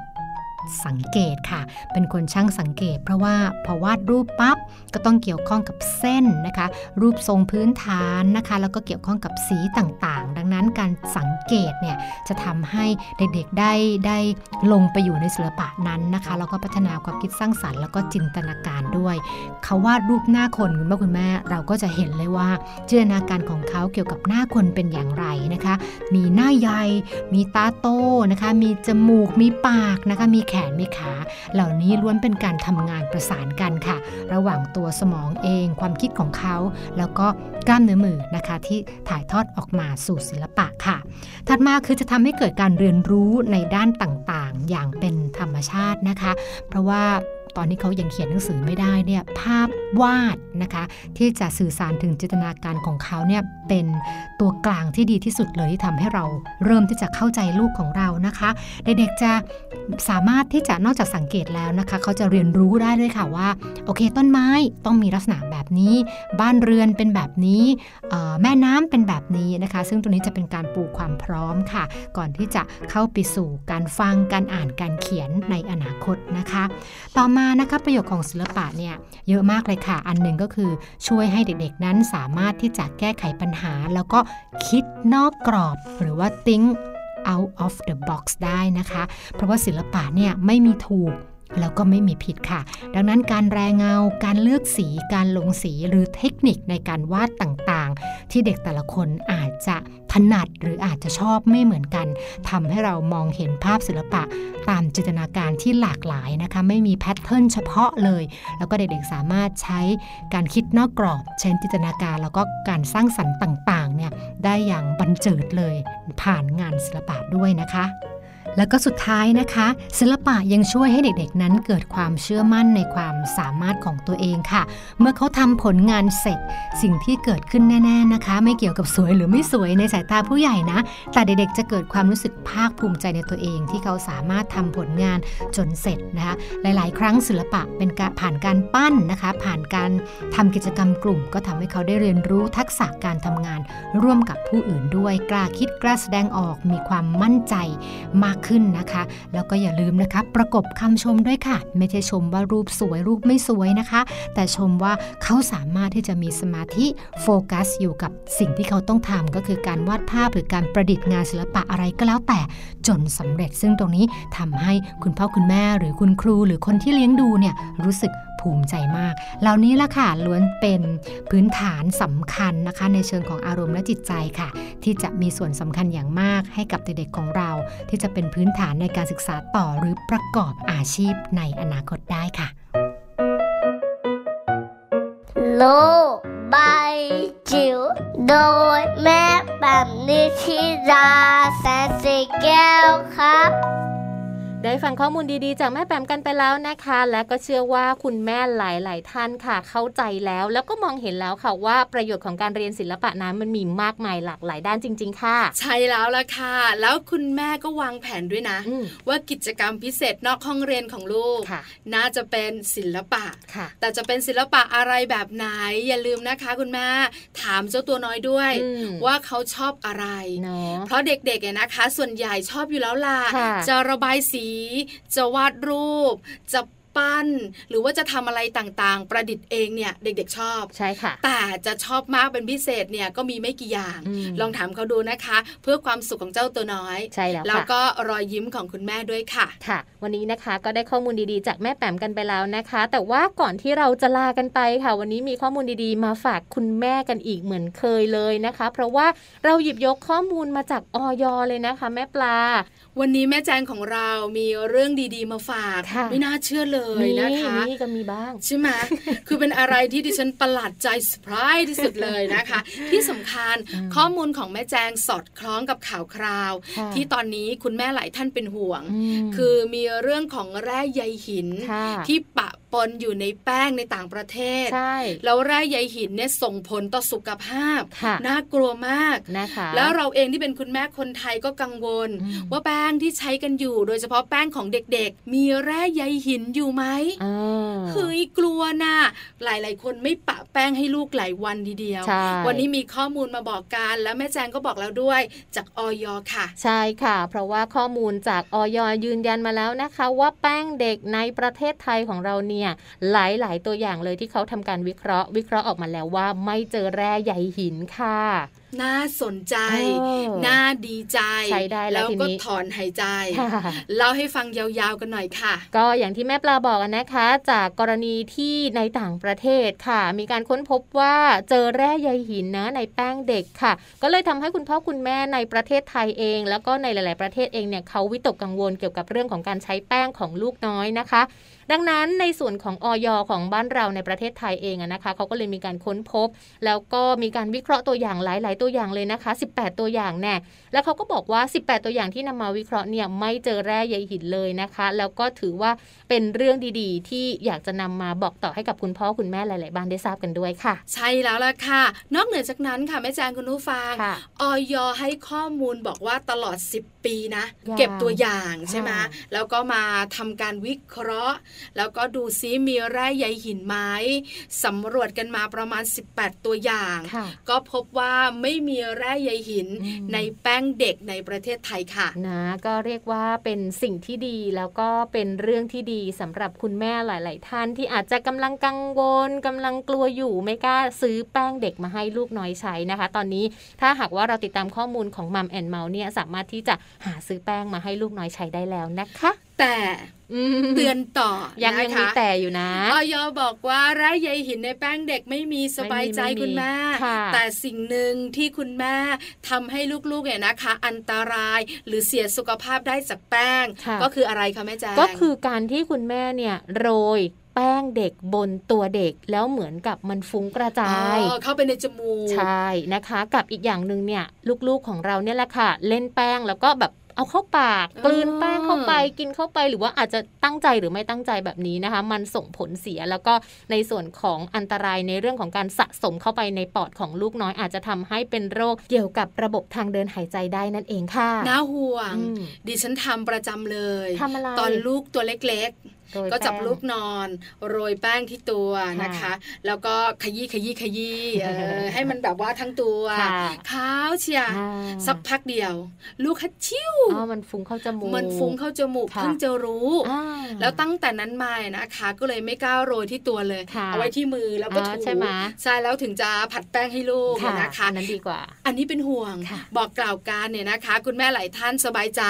Speaker 10: สังเกตค่ะ เป็นคนช่างสังเกต เพราะว่าพอวาดรูปปั๊บ ก็ต้องเกี่ยวข้องกับเส้นนะคะ รูปทรงพื้นฐานนะคะ แล้วก็เกี่ยวข้องกับสีต่างๆ ดังนั้นการสังเกตเนี่ยจะทำให้เด็กๆได้ได้ลงไปอยู่ในศิลปะนั้นนะคะ แล้วก็พัฒนาความคิดสร้างสรรค์แล้วก็จินตนาการด้วย เขาวาดรูปหน้าคนคุณพ่อคุณแม่เราก็จะเห็นเลยว่าจินตนาการของเขาเกี่ยวกับหน้าคนเป็นอย่างไรนะคะ มีหน้าใยมีตาโตนะคะ มีจมูกมีปากนะคะ มีแขนมีขา เหล่านี้ล้วนเป็นการทำงานประสานกันค่ะ ระหว่างตัวสมองเองความคิดของเขา แล้วก็กล้ามเนื้อมือนะคะ ที่ถ่ายทอดออกมาสู่ศิลปะค่ะ ถัดมาคือจะทำให้เกิดการเรียนรู้ในด้านต่างๆ อย่างเป็นธรรมชาตินะคะ เพราะว่าตอนนี้เขายังเขียนหนังสือไม่ได้เนี่ยภาพวาดนะคะ ที่จะสื่อสารถึงจินตนาการของเขาเนี่ยเป็นตัวกลางที่ดีที่สุดเลยที่ทำให้เราเริ่มที่จะเข้าใจลูกของเรานะคะ เด็กๆจะสามารถที่จะนอกจากสังเกตแล้วนะคะ เขาจะเรียนรู้ได้ด้วยค่ะว่า โอเค ต้นไม้ต้องมีลักษณะแบบนี้ บ้านเรือนเป็นแบบนี้เอ่อแม่น้ำเป็นแบบนี้นะคะ ซึ่งตรงนี้จะเป็นการปูความพร้อมค่ะ ก่อนที่จะเข้าไปสู่การฟังการอ่านการเขียนในอนาคตนะคะ ต่อมานะคะประโยชน์ของศิลปะเนี่ยเยอะมากเลยค่ะ อันหนึ่งก็คือช่วยให้เด็กๆนั้นสามารถที่จะแก้ไขปัญหา แล้วก็คิดนอกกรอบ หรือว่า think out of the box ได้นะคะ เพราะว่าศิลปะเนี่ยไม่มีถูกแล้วก็ไม่มีผิดค่ะ ดังนั้นการแรงเงา การเลือกสี การลงสีหรือเทคนิคในการวาดต่างๆ ที่เด็กแต่ละคนอาจจะถนัดหรืออาจจะชอบไม่เหมือนกันทำให้เรามองเห็นภาพศิลปะ ตามจินตนาการที่หลากหลายนะคะ ไม่มีแพทเทิร์นเฉพาะเลย แล้วก็เด็กๆสามารถใช้การคิดนอกกรอบ ใช้จินตนาการแล้วก็การสร้างสรรค์ต่างๆเนี่ยได้อย่างบันเจิดเลย ผ่านงานศิลปะด้วยนะคะ แล้วก็สุดท้ายนะคะ ศิลปะยังช่วยให้เด็กๆนั้นเกิดความเชื่อมั่นในความสามารถของตัวเองค่ะ เมื่อเขาทำผลงานเสร็จ สิ่งที่เกิดขึ้นแน่ ๆนะคะ ไม่เกี่ยวกับสวยหรือไม่สวยในสายตาผู้ใหญ่นะ แต่เด็กๆจะเกิดความรู้สึกภาคภูมิใจในตัวเอง ที่เขาสามารถทำผลงานจนเสร็จนะคะ หลายๆ ครั้งศิลปะเป็นการผ่านการปั้นนะคะ ผ่านการทำกิจกรรมกลุ่ม ก็ทำให้เขาได้เรียนรู้ทักษะการทำงาน ร่วมกับผู้อื่นด้วยกล้าคิดกล้าแสดงออกมีความมั่นใจมากขึ้นนะคะ แล้วก็อย่าลืมนะคะ ประกบคำชมด้วยค่ะ ไม่ใช่ชมว่ารูปสวยรูปไม่สวยนะคะ แต่ชมว่าเขาสามารถที่จะมีสมาธิโฟกัสอยู่กับสิ่งที่เขาต้องทำก็คือการวาดภาพหรือการประดิษฐ์งานศิลปะอะไรก็แล้วแต่จนสำเร็จ ซึ่งตรงนี้ทำให้คุณพ่อคุณแม่หรือคุณครู หรือคนที่เลี้ยงดูเนี่ยรู้สึกภูมิใจมาก เหล่านี้ละค่ะล้วนเป็นพื้นฐานสำคัญนะคะ ในเชิงของอารมณ์และจิตใจค่ะ ที่จะมีส่วนสำคัญอย่างมากให้กับเด็กๆของเรา ที่จะเป็นพื้นฐานในการศึกษาต่อหรือประกอบอาชีพในอนาคตได้ค่ะ
Speaker 8: Lô bay chiều โดยแม่แบบนิชิราแสนสีแก้วครับ
Speaker 4: ได้ฟังข้อมูลดีๆ จากแม่แปมกันไปแล้วนะคะ และก็เชื่อว่าคุณแม่หลายๆ ท่านค่ะ เข้าใจแล้ว แล้วก็มองเห็นแล้วค่ะว่าประโยชน์ของการเรียนศิลปะนั้นมันมีมากมายหลากหลายด้านจริง ๆ ค่ะ
Speaker 3: ใช่แล้วล่ะค่ะ แล้วคุณแม่ก็วางแผนด้วยนะ
Speaker 4: อืม
Speaker 3: ว่ากิจกรรมพิเศษนอกห้องเรียนของลูก
Speaker 4: ค่ะ
Speaker 3: น่าจะเป็นศิลปะ
Speaker 4: ค่ะ
Speaker 3: แต่จะเป็นศิลปะอะไรแบบไหน อย่าลืมนะคะ คุณแม่ถามเจ้าตัวน้อยด้วย
Speaker 4: อืม
Speaker 3: ว่าเขาชอบอะไร
Speaker 4: เนาะ
Speaker 3: เพราะเด็กๆเนี่ยนะคะ ส่วนใหญ่ชอบอยู่แล้วล่ะ
Speaker 4: ค่ะ
Speaker 3: จะระบายสี จะวาดรูป จะปั้น หรือว่าจะทำอะไรต่างๆ ประดิษฐ์เองเนี่ยเด็กๆชอบ
Speaker 4: ใช่ค่ะ
Speaker 3: แต่จะชอบมากเป็นพิเศษเนี่ยก็มีไม่กี่อย่าง
Speaker 4: อืม
Speaker 3: ลองถามเขาดูนะคะ เพื่อความสุขของเจ้าตัวน้อย
Speaker 4: ใช่แล้ว
Speaker 3: แล้ว
Speaker 4: ค่ะ
Speaker 3: ก็รอยยิ้มของคุณแม่ด้วยค่ะ
Speaker 4: ค่ะ วันนี้นะคะก็ได้ข้อมูลดีๆ จากแม่แปมกันไปแล้วนะคะ แต่ว่าก่อนที่เราจะลากันไปค่ะ วันนี้มีข้อมูลดีๆ มาฝากคุณแม่กันอีกเหมือนเคยเลยนะคะ เพราะว่าเราหยิบยกข้อมูลมาจากออยเลยนะคะ แม่ปลา
Speaker 3: วันนี้แม่แจงของเรามีเรื่องดีๆมาฝาก
Speaker 4: ค่ะ
Speaker 3: ไม่น่าเชื่อเลย
Speaker 4: มี
Speaker 3: นะคะ
Speaker 4: มีก็มีบ้าง
Speaker 3: ใช่ไหม คือเป็นอะไรที่ดิฉันประหลาดใจสปรายที่สุดเลยนะคะ ที่สำคัญ
Speaker 4: อืม
Speaker 3: ข้อมูลของแม่แจงสอดคล้องกับข่าวคราว
Speaker 4: ค่ะ
Speaker 3: ที่ตอนนี้คุณแม่หลายท่านเป็นห่วง
Speaker 4: ม
Speaker 3: คือมีเรื่องของแร่ใยหิน
Speaker 4: ค่ะ
Speaker 3: ที่ปะปนอยู่ในแป้งในต่างประเทศ
Speaker 4: ใช่
Speaker 3: แล้วแร่ใยหินเนี่ยส่งผลต่อสุขภาพ
Speaker 4: ค่ะ
Speaker 3: น่ากลัวมาก
Speaker 4: นะคะ
Speaker 3: แล้วเราเองที่เป็นคุณแม่คนไทยก็กังวล
Speaker 4: อืม
Speaker 3: ว่าแป้งที่ใช้กันอยู่ โดยเฉพาะแป้งของเด็กๆ มีแร่ใยหินอยู่ไหม
Speaker 4: อ่า
Speaker 3: เฮ้ยกลัวนะหลายๆ คนไม่ปะแป้งให้ลูกหลายวันทีเดียว
Speaker 4: ใช่
Speaker 3: วันนี้มีข้อมูลมาบอกกัน แล้วแม่แจงก็บอกแล้วด้วย จากออยค่ะ
Speaker 4: ใช่ค่ะ เพราะว่าข้อมูลจากออยยืนยันมาแล้วนะคะ ว่าแป้งเด็กในประเทศไทยของเราเนี่ย หลาย ๆ ตัวอย่างเลยที่เขาทำการวิเคราะห์ วิเคราะห์ออกมาแล้วว่าไม่เจอแร่ใยหินค่ะ
Speaker 3: น่าสนใจ
Speaker 4: เออ
Speaker 3: น่าดีใจ
Speaker 4: ใช้ได้แล้วทีนี้
Speaker 3: ก็ถอนหายใจ
Speaker 4: ค่ะ
Speaker 3: เล่าให้ฟังยาวๆกันหน่อยค่ะ
Speaker 4: ก็อย่างที่แม่ปลาบอกอะนะคะ จากกรณีที่ในต่างประเทศค่ะ มีการค้นพบว่าเจอแร่ใยหินนะในแป้งเด็กค่ะ ก็เลยทำให้คุณพ่อคุณแม่ในประเทศไทยเอง แล้วก็ในหลาย ๆ ประเทศเองเนี่ยเขาวิตกกังวลเกี่ยวกับเรื่องของการใช้แป้งของลูกน้อยนะคะ ดังนั้นในส่วนของออยของบ้านเราในประเทศไทยเองอะนะคะเขาก็เลยมีการค้นพบ แล้วก็มีการวิเคราะห์ตัวอย่างหลาย ๆ ตัวอย่างเลยนะคะ 18 ตัวอย่างแน่แล้วเขาก็บอกว่า 18 ตัวอย่างที่นำมาวิเคราะห์เนี่ยไม่เจอแร่ใยหินเลยนะคะ แล้วก็ถือว่าเป็นเรื่องดี ๆ ที่อยากจะนำมาบอกต่อให้กับคุณพ่อคุณแม่หลาย ๆ บ้านได้ทราบกันด้วยค่ะ
Speaker 3: ใช่แล้วล่ะค่ะ นอกเหนือจากนั้นค่ะแม่แจงคุณผู้ฟัง
Speaker 4: ค่ะ
Speaker 3: ออยให้ข้อมูลบอกว่าตลอด 10 ปีนะ
Speaker 4: อย่าง
Speaker 3: เก็บตัวอย่างใช่ไหม
Speaker 4: ค่ะ
Speaker 3: แล้วก็มาทำการวิเคราะห์ แล้วก็ดูซิมีแร่ใยหินไหมสำรวจกันมาประมาณ 18 ตัวอย่าง
Speaker 4: ค่ะ
Speaker 3: ก็พบว่าไม่มีแร่ใยหิน
Speaker 4: อืม
Speaker 3: ในแป้งเด็กในประเทศไทยค่ะ
Speaker 4: นะก็เรียกว่าเป็นสิ่งที่ดีแล้วก็เป็นเรื่องที่ดีสำหรับคุณแม่หลาย ๆ ท่านที่อาจจะกำลังกังวลกำลังกลัวอยู่ไม่กล้าซื้อแป้งเด็กมาให้ลูกน้อยใช้นะคะ ตอนนี้ถ้าหากว่าเราติดตามข้อมูลของมัมแอนเมาเนี่ยสามารถที่จะหาซื้อแป้งมาให้ลูกน้อยใช้ได้แล้วนะคะ
Speaker 3: แต่
Speaker 4: อืม
Speaker 3: เตือนต่อ
Speaker 4: ยังยัง
Speaker 3: นะ
Speaker 4: มี
Speaker 3: คะ
Speaker 4: แต่อยู่นะ
Speaker 3: ออยบอกว่าแร่ใยหินในแป้งเด็กไม่มีสบายใจ
Speaker 4: ไม่มี
Speaker 3: คุณแม่
Speaker 4: ค่ะ
Speaker 3: แต่สิ่งหนึ่งที่คุณแม่ทำให้ลูกๆเนี่ยนะคะ อันตรายหรือเสียสุขภาพได้จากแป้ง
Speaker 4: ค่ะ
Speaker 3: ก็คืออะไรคะแม่แจง
Speaker 4: ก็คือการที่คุณแม่เนี่ยโรยแป้งเด็กบนตัวเด็กแล้วเหมือนกับมันฟุ้งกระจาย
Speaker 3: อ๋อเข้าไปในจมูก
Speaker 4: ใช่นะคะ กับอีกอย่างหนึ่งเนี่ยลูกๆของเราเนี่ยแหละค่ะ เล่นแป้งแล้วก็แบบเอาเข้าปาก
Speaker 3: อ๋อก
Speaker 4: ลืนแป้งเข้าไปกินเข้าไปหรือว่าอาจจะตั้งใจหรือไม่ตั้งใจแบบนี้นะคะ มันส่งผลเสียแล้วก็ในส่วนของอันตรายในเรื่องของการสะสมเข้าไปในปอดของลูกน้อยอาจจะทำให้เป็นโรคเกี่ยวกับระบบทางเดินหายใจได้นั่นเองค่ะ
Speaker 3: น่าห่วง
Speaker 4: อืม
Speaker 3: ดิฉันทำประจำเลย
Speaker 4: ทำอะไร
Speaker 3: ตอนลูกตัวเล็ก
Speaker 4: โรย
Speaker 3: ๆ ก็จับ
Speaker 4: แป้ง
Speaker 3: ลูกนอน โรยแป้งที่ตัวนะคะ
Speaker 4: ค่ะ
Speaker 3: แล้วก็ขยี้ขยี้ขยี้เอ อ
Speaker 4: ค่ะ
Speaker 3: ให้มันแบบว่าทั้งตัว
Speaker 4: ค่ะ
Speaker 3: ขาวเชียร์
Speaker 4: อ่า
Speaker 3: สักพักเดียว ลูกคัดชิว
Speaker 4: อ๋อมันฟุ้งเข้าจมูก
Speaker 3: มันฟุ้งเข้าจมูก
Speaker 4: ค่ะ
Speaker 3: เพิ่งจะรู้
Speaker 4: อ่า
Speaker 3: แล้วตั้งแต่นั้นมานะคะ ก็เลยไม่กล้าโรยที่ตัวเลย
Speaker 4: ค่ะ
Speaker 3: เอาไว้ที่มือแล้วก็
Speaker 4: อ่า
Speaker 3: ถู
Speaker 4: ใช่ไหม
Speaker 3: ใช่แล้วถึงจะผัดแป้งให้ลูก
Speaker 4: ค่ะ
Speaker 3: นะคะ
Speaker 4: อันนั้นดีกว่า
Speaker 3: อันนี้เป็นห่วง
Speaker 4: ค่ะ
Speaker 3: บอกกล่าวการเนี่ยนะคะ คุณแม่หลายท่านสบายใจ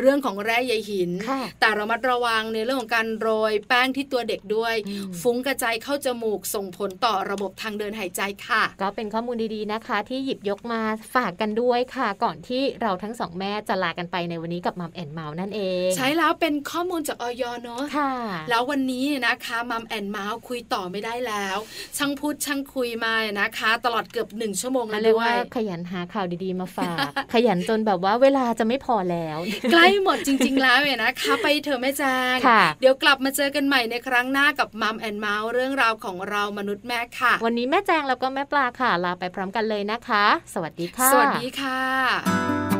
Speaker 3: เรื่องของแร่ใยหิน
Speaker 4: ค่ะ
Speaker 3: แต่ระมัดระวังในเรื่องของการโรยแป้งที่ตัวเด็กด้วย
Speaker 4: อืม
Speaker 3: ฟุ้งกระจายเข้าจมูกส่งผลต่อระบบทางเดินหายใจค่ะ
Speaker 4: ก็เป็นข้อมูลดีๆนะคะ ที่หยิบยกมาฝากกันด้วยค่ะ ก่อนที่เราทั้งสองแม่จะลากันไปในวันนี้กับมัมแอนเมาส์นั่นเอง
Speaker 3: ใช่ ช้แล้วเป็นข้อมูลจากออยเนาะ
Speaker 4: ค่ะ
Speaker 3: แล้ววันนี้นะคะมัมแอนเมาส์คุยต่อไม่ได้แล้ว ช่างพูดช่างคุยมานะคะ ตลอดเกือบหนึ่งชั่วโมงเล
Speaker 4: เขา
Speaker 3: ย
Speaker 4: เรียก
Speaker 3: ด้ว
Speaker 4: ว่าย ขยันหาข่าวดีๆมาฝาก ขยันจนแบบว่าเวลาจะไม่พอแล้ว
Speaker 3: ใกล้หมดจริง ๆ แล้วเนี่ยนะคะ ไปเถอะแม่แจง
Speaker 4: ค่ะ
Speaker 3: เดี๋ยวกลับมาเจอกันใหม่ในครั้งหน้ากับมัมแอนเมาส์เรื่องราวของเรามนุษย์แม่ค่ะ
Speaker 4: วันนี้แม่แจงแล้วก็แม่ปลาค่ะ ลาไปพร้อมกันเลยนะคะ สวัสดีค่ะ
Speaker 3: สวัสดีค่ะ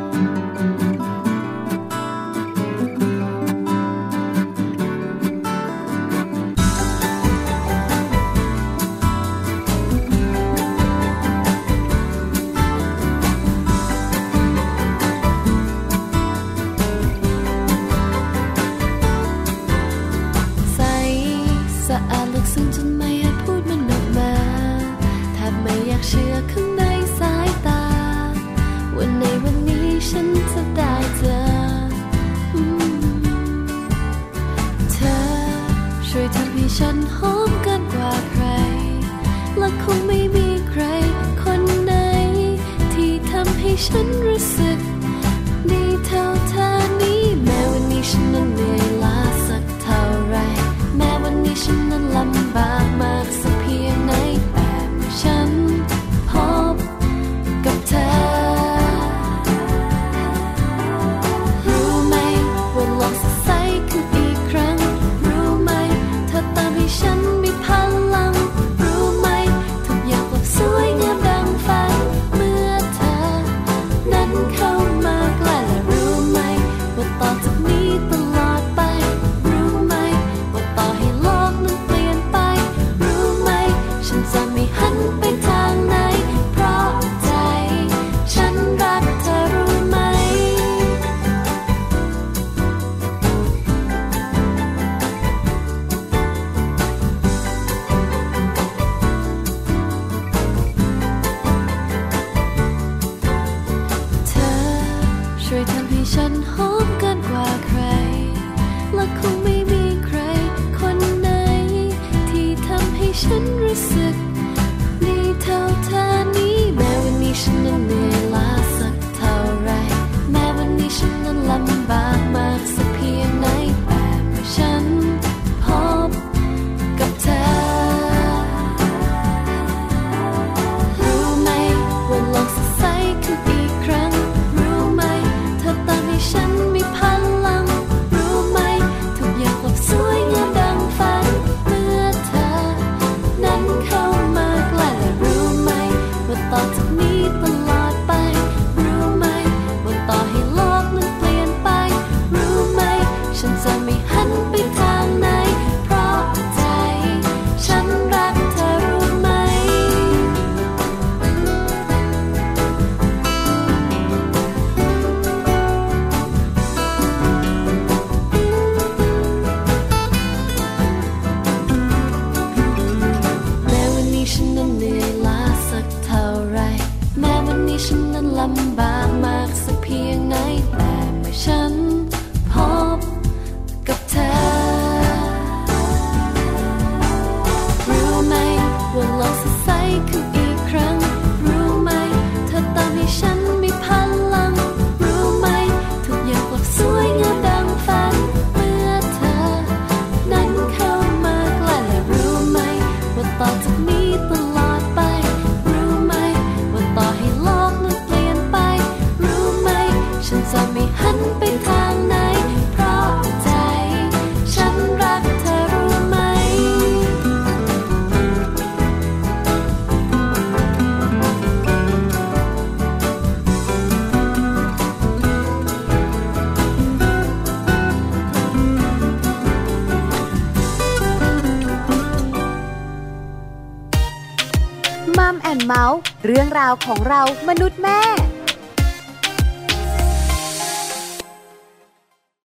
Speaker 11: ใสสะอาดลึกซึ้งจนไม่อาจพูดมันออกมาแทบไม่อยากเชื่อข้างในสายตา วันในวันนี้ฉันจะได้เจออืมเธอ ช่วยทำให้ฉันหอมเกินกว่าใคร และคงไม่มีใครคนไหน ที่ทำให้ฉันรู้สึก ดีเท่าเธอนี้แม้วันนี้ฉันนั้นเหนื่อยล้าสักเท่าไร แม้วันนี้ฉันนั้นลำบากมากสักเพียงไหนแต่ฉันพบกับเธอ รู้ไหมว่าลองสดใสขึ้นอีกครั้ง รู้ไหมเธอตามให้ฉันมีพลัง รู้ไหมทุกอย่างกลับสวยงามดังฝันเมื่อเธอ นั้นเข้ามาใกล้และรู้ไหม ว่าต่อจากนี้ตลอดไป รู้ไหม ว่าต่อให้โลกนั้นเปลี่ยนไป รู้ไหม ฉันจะไม่หันไปทางไหน เพราะใจ ฉันรักเธอรู้ไหม เธอ ช่วยทำให้ฉันหอมเกินกว่าใคร และคงไม่มีใครคนไหน ที่ทำให้ฉันรู้สึก ดีเท่าเธอนี้แม้วันนี้ฉันนั้นเหนื่อยล้าสักเท่าไร แม้วันนี้ฉันนั้นลำบากมากสักเพียงไหนแต่เมื่อฉันพบกับเธอ รู้ไหมว่าโลกสดใสขึ้นอีกครั้ง รู้ไหม เธอตามให้ฉันมีพลัง รู้ไหม ทุกอย่างกลับสวยงามดังฝัน เมื่อเธอ นั้นเข้ามาใกล้และรู้ไหม ว่าต่อจากนี้ตลอดไป รู้ไหม ว่าต่อให้โลกนั้นเปลี่ยนไป รู้ไหม ฉันจะไม่หันไปทางไหน เพราะใจ ฉันรักเธอรู้ไหม แม้วันนี้ฉันนั้นเหนื่อยล้าสักเท่าไร แม้วันนี้ฉันนั้นลำบากมากสักเพียงไหน แต่เมื่อฉันพบกับเธอ รู้ไหมว่าโลกสดใสขึ้นอีกครั้ง รู้ไหม เธอตามให้ฉันมีพลัง รู้ไหม ทุกอย่างกลับสวยงามดังฝัน เมื่อเธอ นั้นเข้ามาใกล้และรู้ไหม ว่าต่อจากนี้ตลอดไป รู้ไหม ว่าต่อให้โลกนั้นเปลี่ยนไป รู้ไหม ฉันจะไม่หันไปทางไหน เพราะใจ ฉันรักเธอรู้ไหม
Speaker 12: มัมแอนเมาส์เรื่องราวของเรามนุษย์แม่